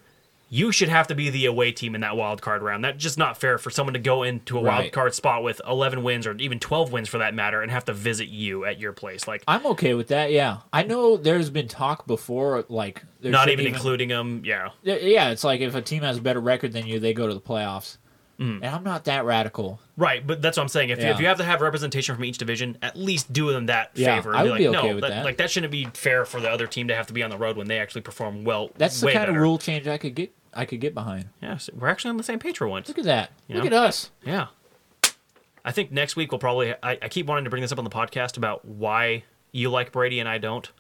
Speaker 2: You should have to be the away team in that wild card round. That's just not fair for someone to go into a wild
Speaker 3: Right.
Speaker 2: card card spot with 11 wins or even 12 wins for that matter and have to visit you at your place like
Speaker 3: I'm okay with that. Yeah, I know there's been talk before, like there
Speaker 2: not
Speaker 3: shouldn't
Speaker 2: even, including them yeah
Speaker 3: Yeah, Yeah, it's like if a team has a better record than you, they go to the playoffs.
Speaker 2: Mm.
Speaker 3: And I'm not that radical.
Speaker 2: right but that's what i'm saying if, you if
Speaker 3: Yeah.
Speaker 2: you have to have representation from each division at least do them that
Speaker 3: Yeah,
Speaker 2: favor
Speaker 3: I
Speaker 2: and
Speaker 3: would
Speaker 2: be
Speaker 3: be
Speaker 2: like
Speaker 3: okay
Speaker 2: no
Speaker 3: with
Speaker 2: that,
Speaker 3: that.
Speaker 2: like that shouldn't be fair for the other team to have to be on the road when they actually perform well
Speaker 3: That's the
Speaker 2: way
Speaker 3: kind
Speaker 2: better.
Speaker 3: of rule change I could get. I could get behind.
Speaker 2: yeah so we're actually on the same page for once
Speaker 3: Look at that. Look
Speaker 2: Yeah.
Speaker 3: at us.
Speaker 2: yeah i think next week we'll probably I, I keep wanting to bring this up on the podcast about why you like brady and i don't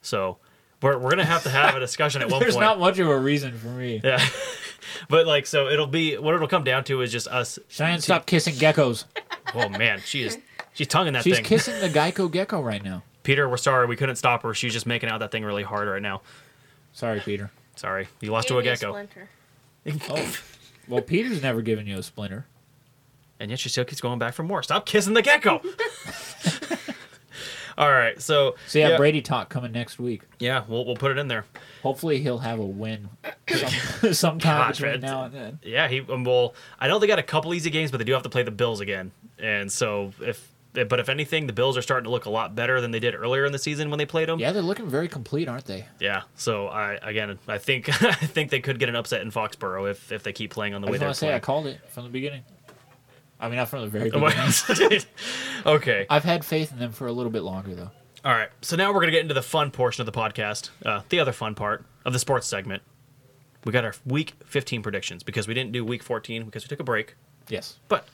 Speaker 2: so we're, we're gonna have to have a discussion at one
Speaker 3: There's
Speaker 2: point
Speaker 3: not much of a reason for me.
Speaker 2: Yeah. but like so it'll be what it'll come down to is just us
Speaker 3: Cheyenne, stop kissing geckos.
Speaker 2: Oh man, she is she's tonguing that
Speaker 3: She's
Speaker 2: thing.
Speaker 3: kissing the Geico gecko right now.
Speaker 2: Peter, we're sorry we couldn't stop her. She's just making out that thing really hard right now.
Speaker 3: Sorry, Peter.
Speaker 2: Sorry. You lost
Speaker 4: Gave
Speaker 2: to a
Speaker 4: me
Speaker 2: gecko.
Speaker 4: splinter.
Speaker 3: Oh. Well, Peter's never given you a splinter.
Speaker 2: and yet she still keeps going back for more. Stop kissing the gecko. All right, so
Speaker 3: So yeah,
Speaker 2: yeah,
Speaker 3: Brady talk coming next week.
Speaker 2: yeah, we'll we'll put it in there.
Speaker 3: Hopefully he'll have a win some, sometime
Speaker 2: God,
Speaker 3: between
Speaker 2: man.
Speaker 3: now and then.
Speaker 2: Yeah, he um, well, I know they got a couple easy games, but they do have to play the Bills again, and so if but if anything, the Bills are starting to look a lot better than they did earlier in the season when they played them.
Speaker 3: Yeah, they're looking very complete, aren't they?
Speaker 2: Yeah, So I again, I think I think they could get an upset in Foxborough if if they keep playing on the
Speaker 3: I
Speaker 2: way
Speaker 3: just
Speaker 2: they're
Speaker 3: want to say I
Speaker 2: playing.
Speaker 3: called it from the beginning. I mean, not from the very beginning.
Speaker 2: okay.
Speaker 3: I've had faith in them for a little bit longer though.
Speaker 2: All right. So now we're gonna get into the fun portion of the podcast, uh, the other fun part of the sports segment. We got our week 15 predictions because we didn't do week 14 because we took a break.
Speaker 3: Yes.
Speaker 2: but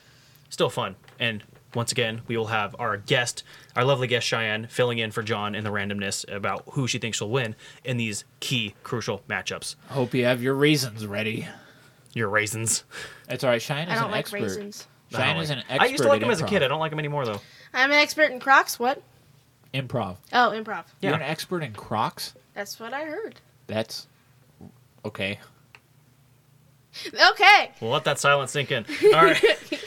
Speaker 2: still fun. And once again, we will have our guest, our lovely guest Cheyenne, filling in for John in the randomness about who she thinks will win in these key crucial matchups.
Speaker 3: Hope you have your reasons ready.
Speaker 2: Your raisins.
Speaker 3: That's all right. Cheyenne
Speaker 4: I
Speaker 3: is
Speaker 4: don't
Speaker 3: an
Speaker 4: like
Speaker 3: expert.
Speaker 4: raisins.
Speaker 2: I don't
Speaker 3: Cheyenne is
Speaker 2: like-
Speaker 3: an expert.
Speaker 2: I used to like
Speaker 3: at
Speaker 2: him as a
Speaker 3: improv.
Speaker 2: kid. I don't like him anymore though.
Speaker 4: I'm an expert in Crocs. What?
Speaker 3: Improv.
Speaker 4: Oh, improv.
Speaker 2: Yeah.
Speaker 3: You're an expert in Crocs.
Speaker 4: That's what I heard.
Speaker 3: That's okay.
Speaker 4: Okay.
Speaker 2: We'll let that silence sink in. All right.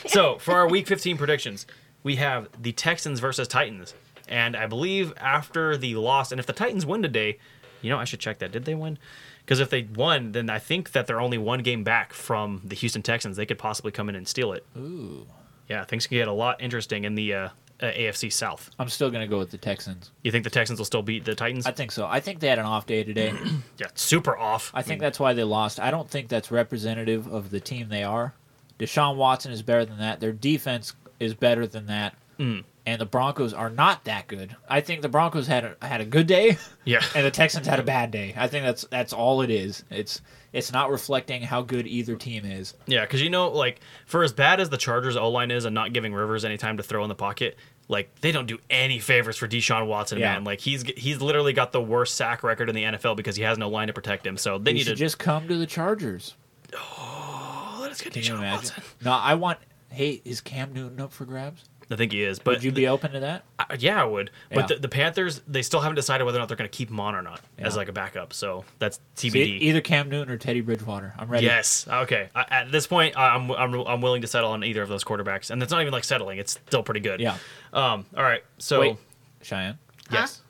Speaker 2: so for our Week 15 predictions, we have the Texans versus Titans, and I believe after the loss, and if the Titans win today, you know I should check that. Did they win? Because if they won, then I think that they're only one game back from the Houston Texans. They could possibly come in and steal it.
Speaker 3: Ooh.
Speaker 2: Yeah, things can get a lot interesting in the uh, uh, AFC South.
Speaker 3: I'm still gonna go with the Texans.
Speaker 2: You think the Texans will still beat the Titans?
Speaker 3: I think so. I think they had an off day today.
Speaker 2: yeah, super off.
Speaker 3: I think that's why they lost. I don't think that's representative of the team they are. Deshaun Watson is better than that. Their defense is better than that.
Speaker 2: Hmm.
Speaker 3: And the Broncos are not that good. I think the Broncos had a, had a good day,
Speaker 2: Yeah.
Speaker 3: and the Texans had a bad day. I think that's that's all it is. It's it's not reflecting how good either team is.
Speaker 2: Yeah, because you know, like for as bad as the Chargers O line is and not giving Rivers any time to throw in the pocket, like they don't do any favors for Deshaun Watson,
Speaker 3: Yeah.
Speaker 2: man. Like he's he's literally got the worst sack record in the NFL because he has no line to protect him. So
Speaker 3: They
Speaker 2: they need to
Speaker 3: should just come to the Chargers.
Speaker 2: oh, let's get
Speaker 3: Can you
Speaker 2: Deshaun
Speaker 3: imagine?
Speaker 2: Watson.
Speaker 3: No, I want. Hey, is Cam Newton up for grabs?
Speaker 2: I think he is, but
Speaker 3: Would you be open to that?
Speaker 2: I- yeah, I would.
Speaker 3: Yeah.
Speaker 2: But the, the Panthers, they still haven't decided whether or not they're going to keep him on or not as
Speaker 3: Yeah.
Speaker 2: like a backup. So that's
Speaker 3: So e-
Speaker 2: TBD.
Speaker 3: either Cam Newton or Teddy Bridgewater. I'm ready.
Speaker 2: Yes. Okay. I, at this point, I- I'm, I'm I'm willing to settle on either of those quarterbacks, and it's not even like settling; it's still pretty good.
Speaker 3: Yeah.
Speaker 2: Um. All right. So.
Speaker 3: Wait, Cheyenne.
Speaker 2: Yes.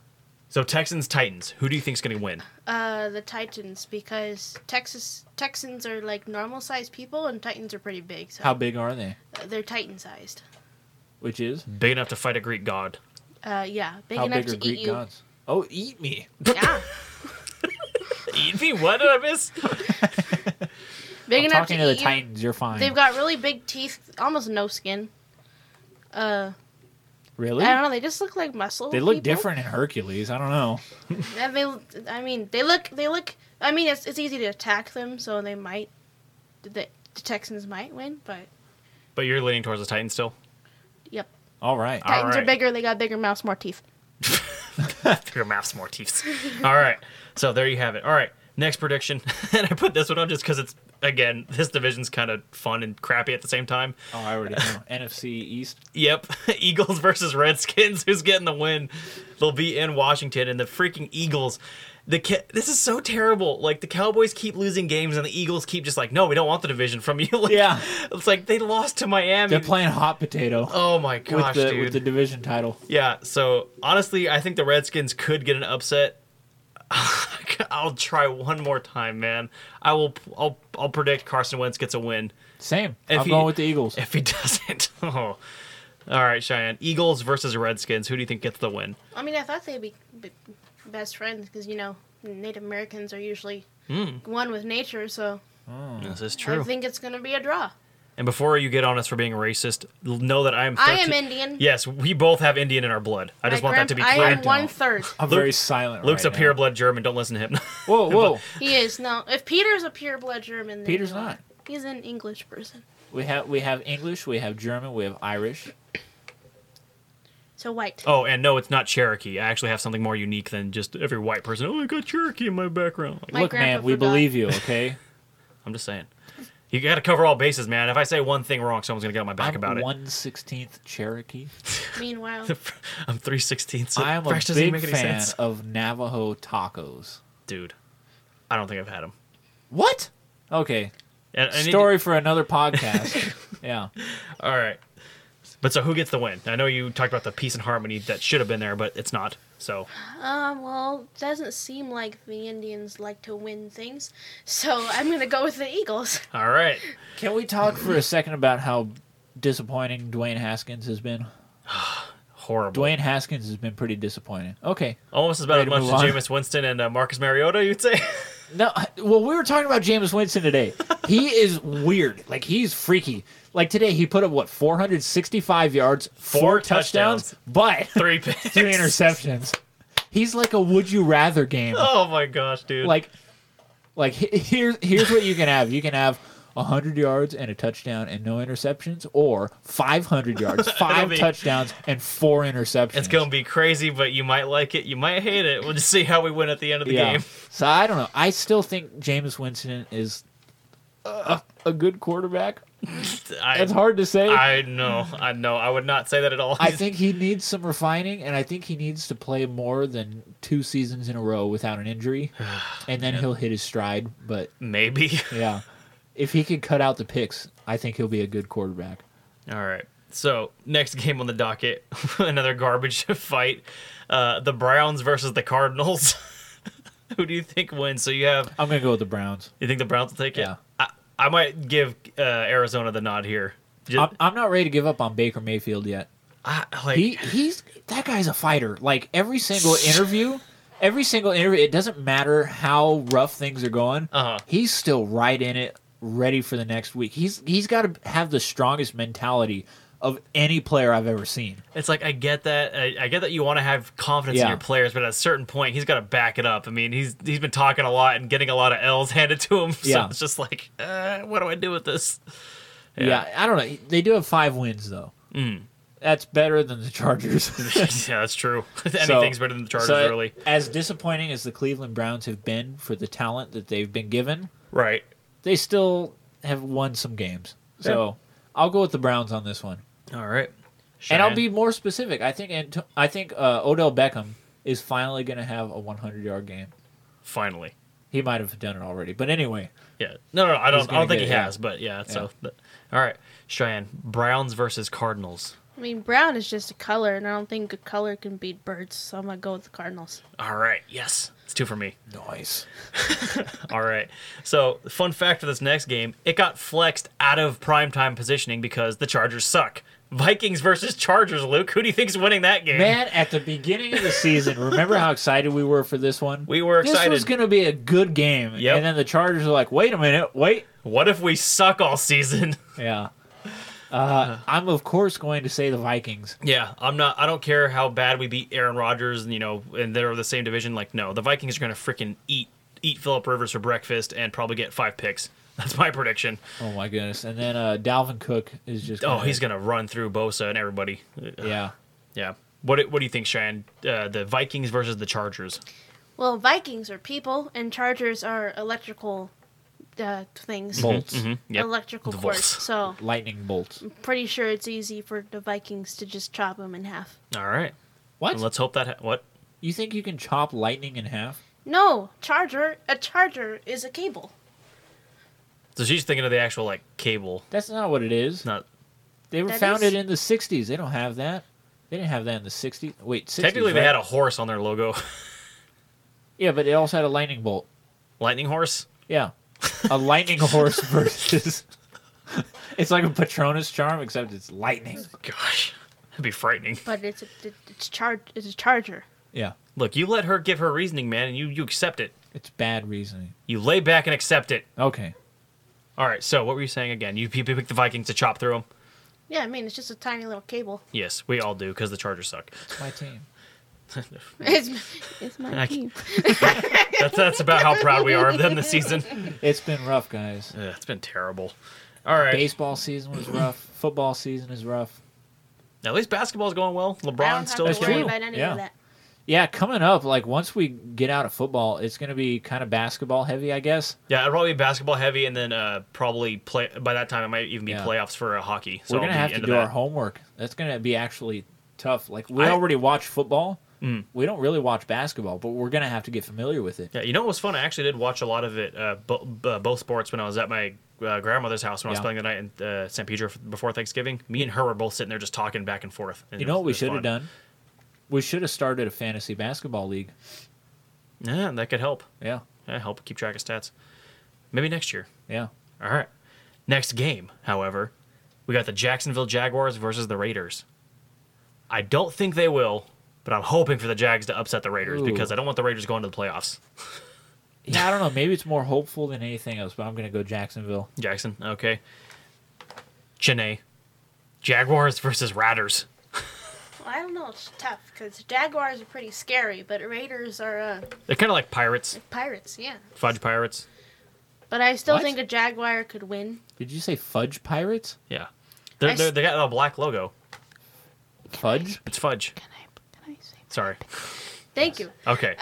Speaker 2: So Texans Titans, who do you think's going to win?
Speaker 4: Uh, the Titans because Texas Texans are like normal sized people and Titans are pretty big. So uh,
Speaker 3: How big are they?
Speaker 4: they're Titan sized.
Speaker 3: Which is
Speaker 2: Big enough to fight a Greek god.
Speaker 4: Uh, yeah, big
Speaker 3: how
Speaker 4: enough
Speaker 3: big are
Speaker 4: to
Speaker 3: Greek
Speaker 4: eat
Speaker 3: gods? Oh, eat me!
Speaker 4: you. Yeah,
Speaker 2: Eat me? What did I miss?
Speaker 4: big
Speaker 3: I'm
Speaker 4: enough to
Speaker 3: talking to, the
Speaker 4: eat you.
Speaker 3: Titans. You're fine.
Speaker 4: They've got really big teeth, almost no skin. Uh,
Speaker 3: really?
Speaker 4: I don't know. They just look like muscle.
Speaker 3: They look
Speaker 4: people.
Speaker 3: different in Hercules. I don't know.
Speaker 4: And they, I mean, they look. They look. I mean, it's, it's easy to attack them, so they might. The, the Texans might win, but
Speaker 2: But you're leaning towards the Titans still.
Speaker 4: yep.
Speaker 3: All right.
Speaker 2: All
Speaker 4: Titans are
Speaker 2: right.
Speaker 4: bigger. They got bigger mouths, more teeth.
Speaker 2: Your mouth's more teeth. All right. So there you have it. All right. Next prediction, and I put this one on just because it's again this division's kind of fun and crappy at the same time.
Speaker 3: Oh, I already know. NFC East.
Speaker 2: Yep, Eagles versus Redskins. Who's getting the win? They'll be in Washington, and the freaking Eagles. The ca- this is so terrible. Like the Cowboys keep losing games, and the Eagles keep just like, no, we don't want the division from you. Like,
Speaker 3: Yeah.
Speaker 2: it's like they lost to Miami.
Speaker 3: They're playing hot potato
Speaker 2: oh my gosh,
Speaker 3: with the
Speaker 2: dude.
Speaker 3: with the division title.
Speaker 2: Yeah, so honestly, I think the Redskins could get an upset. I'll try one more time, man. I will. I'll. I'll predict Carson Wentz gets a win.
Speaker 3: Same.
Speaker 2: If
Speaker 3: I'm
Speaker 2: he-
Speaker 3: going with the Eagles.
Speaker 2: If he doesn't, oh, all right, Cheyenne. Eagles versus Redskins. Who do you think gets the win?
Speaker 4: I mean, I thought they'd be, be best friends because you know Native Americans are usually
Speaker 2: Hmm.
Speaker 4: one with nature, so
Speaker 2: This is
Speaker 4: Hmm. I think it's gonna be a draw.
Speaker 2: And before you get on us for being racist, l- know that I am.
Speaker 4: I am
Speaker 2: 13
Speaker 4: Indian.
Speaker 2: Yes, we both have Indian in our blood. I just
Speaker 4: My
Speaker 2: want that to be
Speaker 4: grand- I
Speaker 2: clear.
Speaker 4: am one third.
Speaker 3: I'm
Speaker 2: Luke-
Speaker 3: very silent.
Speaker 2: Luke's
Speaker 3: right
Speaker 2: a pure
Speaker 3: now.
Speaker 2: blood German. Don't listen to him.
Speaker 3: Whoa, whoa!
Speaker 4: He is no. If Peter's a pureblood German, then
Speaker 3: Peter's
Speaker 4: you are.
Speaker 3: not.
Speaker 4: He's an English person,
Speaker 3: we have we have English, we have German, we have Irish.
Speaker 4: so white.
Speaker 2: oh, and no, it's not Cherokee. I actually have something more unique than just every white person. Oh, I got Cherokee in my background. Like,
Speaker 4: My
Speaker 3: Look, man,
Speaker 4: grandpa
Speaker 3: we
Speaker 4: forgot.
Speaker 3: believe you. Okay.
Speaker 2: I'm just saying. You got to cover all bases, man. If I say one thing wrong, someone's gonna get on my back
Speaker 3: I'm
Speaker 2: about
Speaker 3: One sixteenth Cherokee.
Speaker 4: Meanwhile,
Speaker 2: it. I'm three sixteenths.
Speaker 3: I am a
Speaker 2: French doesn't even
Speaker 3: big
Speaker 2: make any
Speaker 3: fan
Speaker 2: sense,
Speaker 3: of Navajo tacos.
Speaker 2: dude. I don't think I've had them.
Speaker 3: What? Okay. Story for another podcast. yeah.
Speaker 2: All right. But so who gets the win? I know you talked about the peace and harmony that should have been there, but it's not. So
Speaker 4: Uh, well, doesn't seem like the Indians like to win things, so I'm gonna go with the Eagles.
Speaker 2: all right,
Speaker 3: Can we talk for a second about how disappointing Dwayne Haskins has been?
Speaker 2: horrible.
Speaker 3: Dwayne Haskins has been pretty disappointing. Okay.
Speaker 2: Almost as bad as
Speaker 3: Ready to
Speaker 2: much as
Speaker 3: move on?
Speaker 2: Jameis Winston and uh, Marcus Mariota, you'd say.
Speaker 3: No, well, we were talking about James Winston today. He is weird. Like he's freaky. Like today, he put up what 465 yards, four,
Speaker 2: Four
Speaker 3: touchdowns,
Speaker 2: touchdowns.
Speaker 3: but
Speaker 2: Three picks,
Speaker 3: three interceptions. He's like a would you rather game.
Speaker 2: Oh my gosh, dude!
Speaker 3: Like, like he- here's here's what you can have. You can have. 100 yards and a touchdown and no interceptions, or 500 yards, five
Speaker 2: be-
Speaker 3: touchdowns, and four interceptions.
Speaker 2: it's gonna be crazy, but you might like it, you might hate it. We'll just see how we win at the end of the game.
Speaker 3: So I don't know. I still think James Winston is a, a good quarterback.
Speaker 2: I,
Speaker 3: It's hard to say. I,
Speaker 2: I know, I know. I would not say that at all.
Speaker 3: think he needs some refining, and I think he needs to play more than two seasons in a row without an injury, and then he'll hit his stride. But
Speaker 2: maybe.
Speaker 3: yeah, if he could cut out the picks, I think he'll be a good quarterback.
Speaker 2: All right. So next game on the docket, another garbage fight. Uh, the Browns versus the Cardinals. Who do you think wins? So you have
Speaker 3: I'm gonna go with the Browns.
Speaker 2: you think the Browns will take it?
Speaker 3: Yeah.
Speaker 2: I, I might give uh, Arizona the nod here. Ju-
Speaker 3: I'm, I'm not ready to give up on Baker Mayfield yet.
Speaker 2: I, like
Speaker 3: He he's that guy's a fighter. Like every single interview, every single interview, it doesn't matter how rough things are going.
Speaker 2: Uh-huh.
Speaker 3: He's still right in it, ready for the next week. He's he's got to have the strongest mentality of any player I've ever seen.
Speaker 2: it's like I get that I, I get that you want to have confidence in
Speaker 3: Yeah.
Speaker 2: your players, but at a certain point he's got to back it up. I mean he's he's been talking a lot and getting a lot of L's handed to him. So
Speaker 3: Yeah.
Speaker 2: it's just like uh, what do I do with this?
Speaker 3: Yeah. I don't know. They do have five wins though.
Speaker 2: Hmm.
Speaker 3: That's better than the Chargers.
Speaker 2: yeah, that's true. Anything's better than the Chargers,
Speaker 3: so,
Speaker 2: really.
Speaker 3: As disappointing as the Cleveland Browns have been for the talent that they've been given,
Speaker 2: Right.
Speaker 3: they still have won some games. So I'll go with the Browns on this one.
Speaker 2: All right.
Speaker 3: And I'll
Speaker 2: Cheyenne?
Speaker 3: be more specific. I think Anto- I think uh, Odell Beckham is finally going to have a 100 yard game.
Speaker 2: finally.
Speaker 3: He might have done it already, but anyway,
Speaker 2: Yeah. No, no, no I don't. I
Speaker 3: gonna
Speaker 2: don't think
Speaker 3: get
Speaker 2: he
Speaker 3: it, yeah.
Speaker 2: has. But yeah. So, but- all right, Cheyenne. Browns versus Cardinals.
Speaker 4: I mean, brown is just a color, and I don't think a color can beat birds, so I'm gonna go with the Cardinals.
Speaker 2: All right. Yes, it's two for me.
Speaker 3: noise.
Speaker 2: All right. So, fun fact for this next game, it got flexed out of primetime positioning because the Chargers suck. Vikings versus Chargers. Luke, who do you think's winning that game?
Speaker 3: Man, at the beginning of the season, remember how excited we were for this one?
Speaker 2: We were
Speaker 3: This
Speaker 2: excited.
Speaker 3: was going to be a good game.
Speaker 2: Yep.
Speaker 3: And then the Chargers are like, wait a minute, wait.
Speaker 2: What if we suck all season?
Speaker 3: Yeah.
Speaker 2: Uh-huh.
Speaker 3: Uh, I'm, of course, going to say the Vikings.
Speaker 2: Yeah, I'm not. I don't care how bad we beat Aaron Rodgers, and you know, and they're the same division. Like, no, the Vikings are gonna freaking eat eat Philip Rivers for breakfast and probably get five picks. That's my prediction.
Speaker 3: Oh, my goodness. And then uh, Dalvin Cook is just.
Speaker 2: Oh,
Speaker 3: Gonna,
Speaker 2: he's gonna run through Bosa and everybody.
Speaker 3: Yeah.
Speaker 2: yeah. What do- What do you think, Cheyenne? Uh, the Vikings versus the Chargers.
Speaker 4: Well, Vikings are people, and Chargers are electrical uh, things.
Speaker 2: Mm-hmm,
Speaker 3: Bolts.
Speaker 2: Yep.
Speaker 4: Electrical
Speaker 2: The
Speaker 4: cords.
Speaker 2: volts.
Speaker 4: So,
Speaker 3: Lightning bolts.
Speaker 4: pretty sure it's easy for the Vikings to just chop them in half.
Speaker 2: All right.
Speaker 3: What?
Speaker 2: And let's hope that. Ha- what?
Speaker 3: You think you can chop lightning in half?
Speaker 4: No, charger. A charger is a cable.
Speaker 2: So she's thinking of the actual like cable.
Speaker 3: That's not what it is.
Speaker 2: It's not
Speaker 3: They were
Speaker 4: That
Speaker 3: founded
Speaker 4: is-
Speaker 3: in the '60s. They don't have that. They didn't have that in the '60s. Wait, 60s,
Speaker 2: technically they
Speaker 3: right?
Speaker 2: had a horse on their logo,
Speaker 3: yeah, but they also had a lightning bolt.
Speaker 2: lightning horse.
Speaker 3: Yeah, a lightning horse versus. it's like a Patronus charm, except it's lightning.
Speaker 2: Gosh, that'd be frightening.
Speaker 4: But it's a, it- it's charge. It's a charger.
Speaker 3: Yeah,
Speaker 2: Look, you let her give her reasoning, man, and you you accept it.
Speaker 3: it's bad reasoning.
Speaker 2: You lay back and accept it.
Speaker 3: Okay,
Speaker 2: All right. So what were you saying again? You people pick the Vikings to chop through them.
Speaker 4: Yeah, I mean it's just a tiny little cable.
Speaker 2: Yes, we all do because the Chargers suck.
Speaker 3: it's my team.
Speaker 4: It's it's my
Speaker 2: I-
Speaker 4: team.
Speaker 2: That's that's about how proud we are of them this season.
Speaker 3: It's been rough, guys.
Speaker 2: Ugh, it's been terrible. All right.
Speaker 3: Baseball season was rough. Football season is rough.
Speaker 2: At least basketball's going well.
Speaker 4: I don't
Speaker 2: LeBron's still
Speaker 4: have to
Speaker 3: That's
Speaker 4: worry
Speaker 3: true.
Speaker 4: about any
Speaker 3: Yeah.
Speaker 4: of that.
Speaker 3: Yeah, coming up, like once we get out of football, it's gonna be kind of basketball heavy, I guess.
Speaker 2: yeah, it'll probably be basketball heavy, and then uh, probably play. By that time, it might even be
Speaker 3: Yeah.
Speaker 2: playoffs for uh, hockey. So
Speaker 3: we're gonna
Speaker 2: I'll be
Speaker 3: have to
Speaker 2: into
Speaker 3: do
Speaker 2: that.
Speaker 3: our homework. That's gonna be actually tough. Like we
Speaker 2: I- Mm.
Speaker 3: already watch football. We don't really watch basketball, but we're gonna have to get familiar with it.
Speaker 2: Yeah, you know what was fun? I actually did watch a lot of it, uh, bo- b- uh, both sports, when I was at my uh, grandmother's house when I was
Speaker 3: Yeah.
Speaker 2: spending the night in uh, San Pedro f- before Thanksgiving. Me and her were both sitting there just talking back and forth. and
Speaker 3: You
Speaker 2: it
Speaker 3: know
Speaker 2: was-
Speaker 3: what we
Speaker 2: it was
Speaker 3: should have
Speaker 2: fun.
Speaker 3: done? We should have started a fantasy basketball league.
Speaker 2: Yeah, that could help.
Speaker 3: Yeah,
Speaker 2: Yeah, help keep track of stats. Maybe next year.
Speaker 3: yeah.
Speaker 2: All right. Next game, however, we got the Jacksonville Jaguars versus the Raiders. I don't think they will, but I'm hoping for the Jags to upset the Raiders
Speaker 3: Ooh.
Speaker 2: because I don't want the Raiders going to the playoffs.
Speaker 3: Yeah, I don't know. Maybe it's more hopeful than anything else, but I'm gonna go Jacksonville.
Speaker 2: Jackson, okay. Chennai. Jaguars versus Raiders.
Speaker 4: Well, I don't know. It's tough because jaguars are pretty scary, but raiders are uh,
Speaker 2: They're kind of like pirates,
Speaker 4: pirates. Yeah.
Speaker 2: fudge pirates.
Speaker 4: But I still
Speaker 3: What?
Speaker 4: think a jaguar could win.
Speaker 3: Did you say Fudge Pirates?
Speaker 2: Yeah. They're,
Speaker 4: I
Speaker 2: they're,
Speaker 4: s-
Speaker 2: they got a black logo.
Speaker 3: Fudge?
Speaker 2: It's fudge.
Speaker 4: Can I? Can I say?
Speaker 2: Sorry.
Speaker 4: Thank you.
Speaker 2: Okay.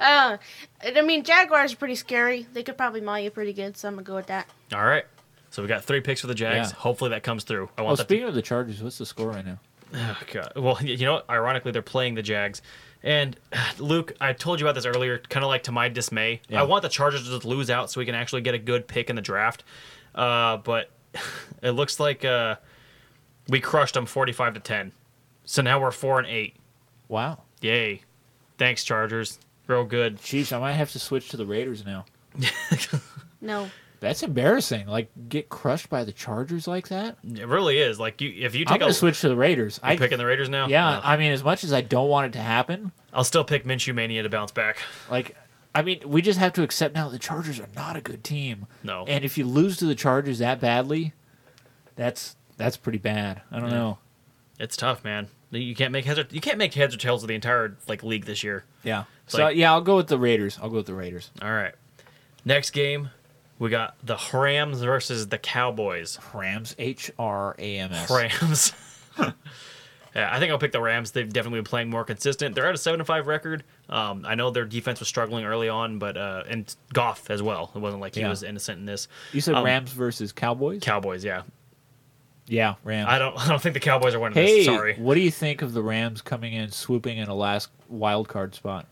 Speaker 4: Uh, I mean, jaguars are pretty scary. They could probably maul you pretty good, so I'm gonna go with that.
Speaker 2: All right. So we got three picks for the Jags.
Speaker 3: Yeah.
Speaker 2: Hopefully that comes through. I
Speaker 3: Well,
Speaker 2: want that to
Speaker 3: speaking of the Chargers, what's the score right now?
Speaker 2: Oh, God. Well, y- you know, what? ironically, they're playing the Jags. And Luke, I told you about this earlier, kind of like to my dismay.
Speaker 3: Yeah.
Speaker 2: I want the Chargers to just lose out so we can actually get a good pick in the draft. Uh, but it looks like uh, we crushed them 45 to 10. So now we're 4 and 8.
Speaker 3: Wow.
Speaker 2: Yay. Thanks, Chargers. Real good.
Speaker 3: Jeez, I might have to switch to the Raiders now.
Speaker 4: No.
Speaker 3: That's embarrassing. Like get crushed by the Chargers like that.
Speaker 2: It really is. Like, you, if you
Speaker 3: I'm
Speaker 2: take
Speaker 3: gonna
Speaker 2: a
Speaker 3: switch to the Raiders. I
Speaker 2: pick in the Raiders now,
Speaker 3: yeah.
Speaker 2: Uh,
Speaker 3: I mean, as much as I don't want it to happen,
Speaker 2: I'll still pick Minshew Mania to bounce back.
Speaker 3: like I mean, we just have to accept now the Chargers are not a good team.
Speaker 2: No.
Speaker 3: And if you lose to the Chargers that badly, that's that's pretty bad. I don't know.
Speaker 2: It's tough, man. You can't make heads or, you can't make heads or tails of the entire like league this year.
Speaker 3: Yeah.
Speaker 2: It's
Speaker 3: So
Speaker 2: like-
Speaker 3: yeah, I'll go with the Raiders. I'll go with the Raiders.
Speaker 2: All right. Next game, we got the Rams versus the Cowboys.
Speaker 3: Rams H R A M S.
Speaker 2: Rams. yeah, I think I'll pick the Rams. They've definitely been playing more consistent. They're at a seven to five record. Um, I know their defense was struggling early on, but uh, and Goff as well. It wasn't like he
Speaker 3: Yeah.
Speaker 2: was innocent in this.
Speaker 3: You said
Speaker 2: Um,
Speaker 3: Rams versus Cowboys.
Speaker 2: Cowboys, yeah.
Speaker 3: yeah, Rams.
Speaker 2: I don't. I don't think the Cowboys are winning
Speaker 3: Hey,
Speaker 2: this. Sorry,
Speaker 3: what do you think of the Rams coming in, swooping in a last wild card spot?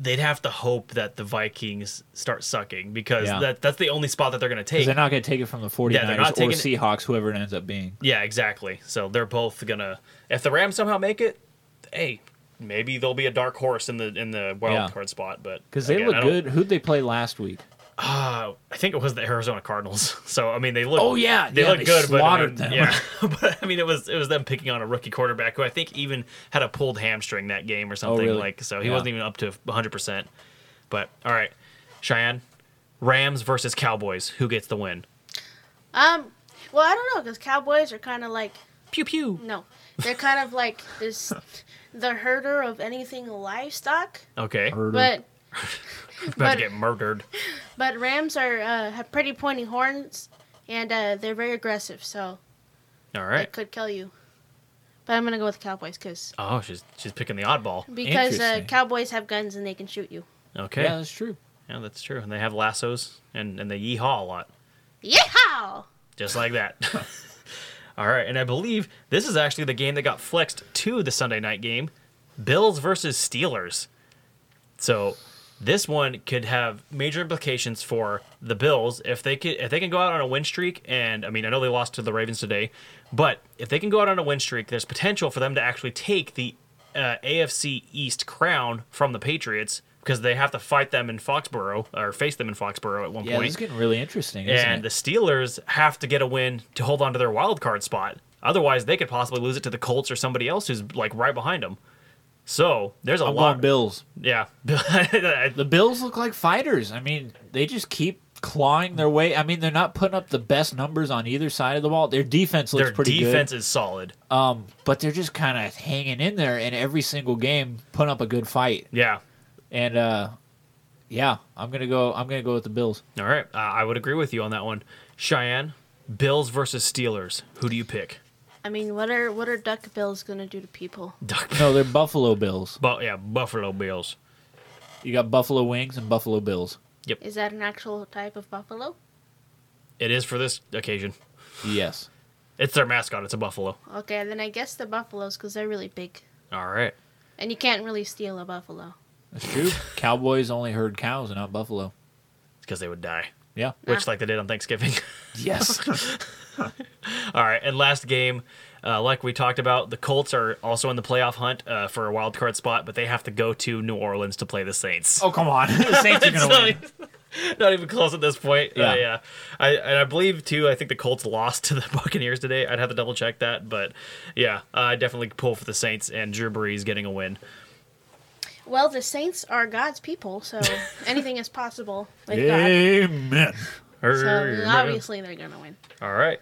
Speaker 2: they'd have to hope that the Vikings start sucking because
Speaker 3: Yeah.
Speaker 2: that that's the only spot that they're going to
Speaker 3: Because
Speaker 2: take.
Speaker 3: they're not going to take it from the 49ers
Speaker 2: Yeah, they're not
Speaker 3: or
Speaker 2: taking
Speaker 3: Seahawks, whoever it ends up being.
Speaker 2: Yeah, exactly. So they're both gonna. If the Rams somehow make it, hey, maybe there'll be a dark horse in the in the wild
Speaker 3: Yeah.
Speaker 2: card spot. But
Speaker 3: Because they
Speaker 2: again, I
Speaker 3: look
Speaker 2: don't-
Speaker 3: good. Who'd they play last week?
Speaker 2: Uh, I think it was the Arizona Cardinals. So I mean, they look.
Speaker 3: Oh, yeah.
Speaker 2: they
Speaker 3: Yeah,
Speaker 2: look
Speaker 3: they
Speaker 2: good. But, I
Speaker 3: slaughtered
Speaker 2: mean,
Speaker 3: them.
Speaker 2: Yeah, but I mean, it was it was them picking on a rookie quarterback who I think even had a pulled hamstring that game or something
Speaker 3: really?
Speaker 2: like. So he
Speaker 3: Yeah.
Speaker 2: wasn't even up to 100. percent But all right, Cheyenne, Rams versus Cowboys. Who gets the win?
Speaker 4: Um. Well, I don't know because cowboys are kind of like
Speaker 2: Pew pew.
Speaker 4: no, they're kind of like this, the herder of anything livestock.
Speaker 2: Okay, about
Speaker 3: Or-
Speaker 4: But
Speaker 2: to
Speaker 4: but-
Speaker 2: get murdered.
Speaker 4: but rams are uh, have pretty pointy horns, and uh, they're very aggressive, so
Speaker 2: All
Speaker 4: it
Speaker 2: right.
Speaker 4: could kill you. But I'm gonna go with cowboys cause
Speaker 2: Oh, she's she's picking the oddball.
Speaker 4: because uh,
Speaker 3: Interesting.
Speaker 4: cowboys have guns and they can shoot you.
Speaker 2: Okay.
Speaker 3: Yeah,
Speaker 2: Yeah.
Speaker 3: that's true.
Speaker 2: that's true. And they have lassos and, and they yeehaw a lot,
Speaker 4: Yeehaw!
Speaker 2: just like that. All right. And I believe this is actually the game that got flexed to the Sunday night game Bills versus Steelers. So this one could have major implications for the Bills if they could if they can go out on a win streak and I mean I know they lost to the Ravens today, but if they can go out on a win streak, there's potential for them to actually take the uh, AFC East crown from the Patriots because they have to fight them in Foxborough or face them in Foxborough at one
Speaker 3: Yeah,
Speaker 2: point
Speaker 3: it's getting really interesting. Isn't
Speaker 2: and the
Speaker 3: it?
Speaker 2: Steelers have to get a win to hold on to their wild card spot. Otherwise, they could possibly lose it to the Colts or somebody else who's like right behind them. So there's a
Speaker 3: I'm
Speaker 2: lot.
Speaker 3: going Bills.
Speaker 2: yeah, the
Speaker 3: The Bills look like fighters. I mean, they just keep clawing their way. I mean, they're not putting up the best numbers on either side of the ball. Their defense looks
Speaker 2: their
Speaker 3: pretty
Speaker 2: defense
Speaker 3: good.
Speaker 2: is solid.
Speaker 3: Um, but they're just kind of hanging in there and every single game, putting up a good fight.
Speaker 2: Yeah.
Speaker 3: And uh, yeah, I'm gonna go. I'm gonna go with the Bills.
Speaker 2: All right, uh, I would agree with you on that one. Cheyenne, Bills versus Steelers. Who do you pick?
Speaker 4: I mean, what are what are duck bills gonna do to people?
Speaker 2: Duck.
Speaker 3: No, they're Buffalo Bills.
Speaker 2: Bu- yeah, Buffalo Bills.
Speaker 3: You got Buffalo Wings and Buffalo Bills.
Speaker 4: Is that an actual type of buffalo?
Speaker 2: It is for this occasion.
Speaker 3: Yes.
Speaker 2: It's their mascot. It's a buffalo.
Speaker 4: Okay, then I guess the buffaloes because they're really big,
Speaker 2: All right.
Speaker 4: and you can't really steal a buffalo.
Speaker 3: That's true. Cowboys only herd cows and not buffalo.
Speaker 2: Because they would die.
Speaker 3: Yeah.
Speaker 2: which like they did on Thanksgiving.
Speaker 3: Yes.
Speaker 2: All right, and last game, uh, like we talked about, the Colts are also in the playoff hunt uh, for a wild card spot, but they have to go to New Orleans to play the Saints.
Speaker 3: oh, come on. The Saints are
Speaker 2: It's
Speaker 3: going to
Speaker 2: not,
Speaker 3: win.
Speaker 2: even- not even close at this point. Yeah,
Speaker 3: Yeah.
Speaker 2: yeah. I and I believe too. I think the Colts lost to the Buccaneers today. I'd have to double check that, but yeah, I definitely pull for the Saints and Drew Brees getting a win.
Speaker 4: Well, the saints are God's people, so anything is possible with God.
Speaker 3: Amen.
Speaker 4: So obviously they're gonna win.
Speaker 2: All right.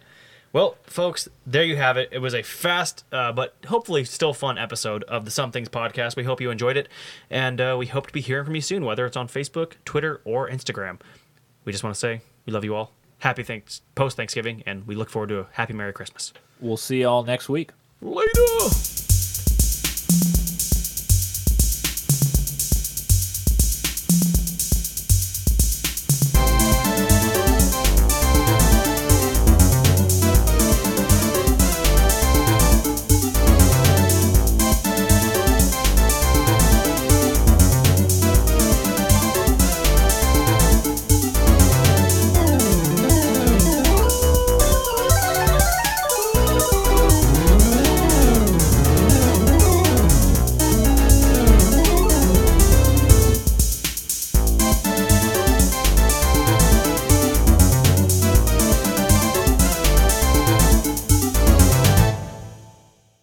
Speaker 2: Well, folks, there you have it. It was a fast, uh, but hopefully still fun episode of the Somethings podcast. We hope you enjoyed it, and uh, we hope to be hearing from you soon, whether it's on Facebook, Twitter, or Instagram. We just want to say we love you all. Happy thanks post Thanksgiving, and we look forward to a happy Merry Christmas.
Speaker 3: We'll see y'all next week.
Speaker 2: Later.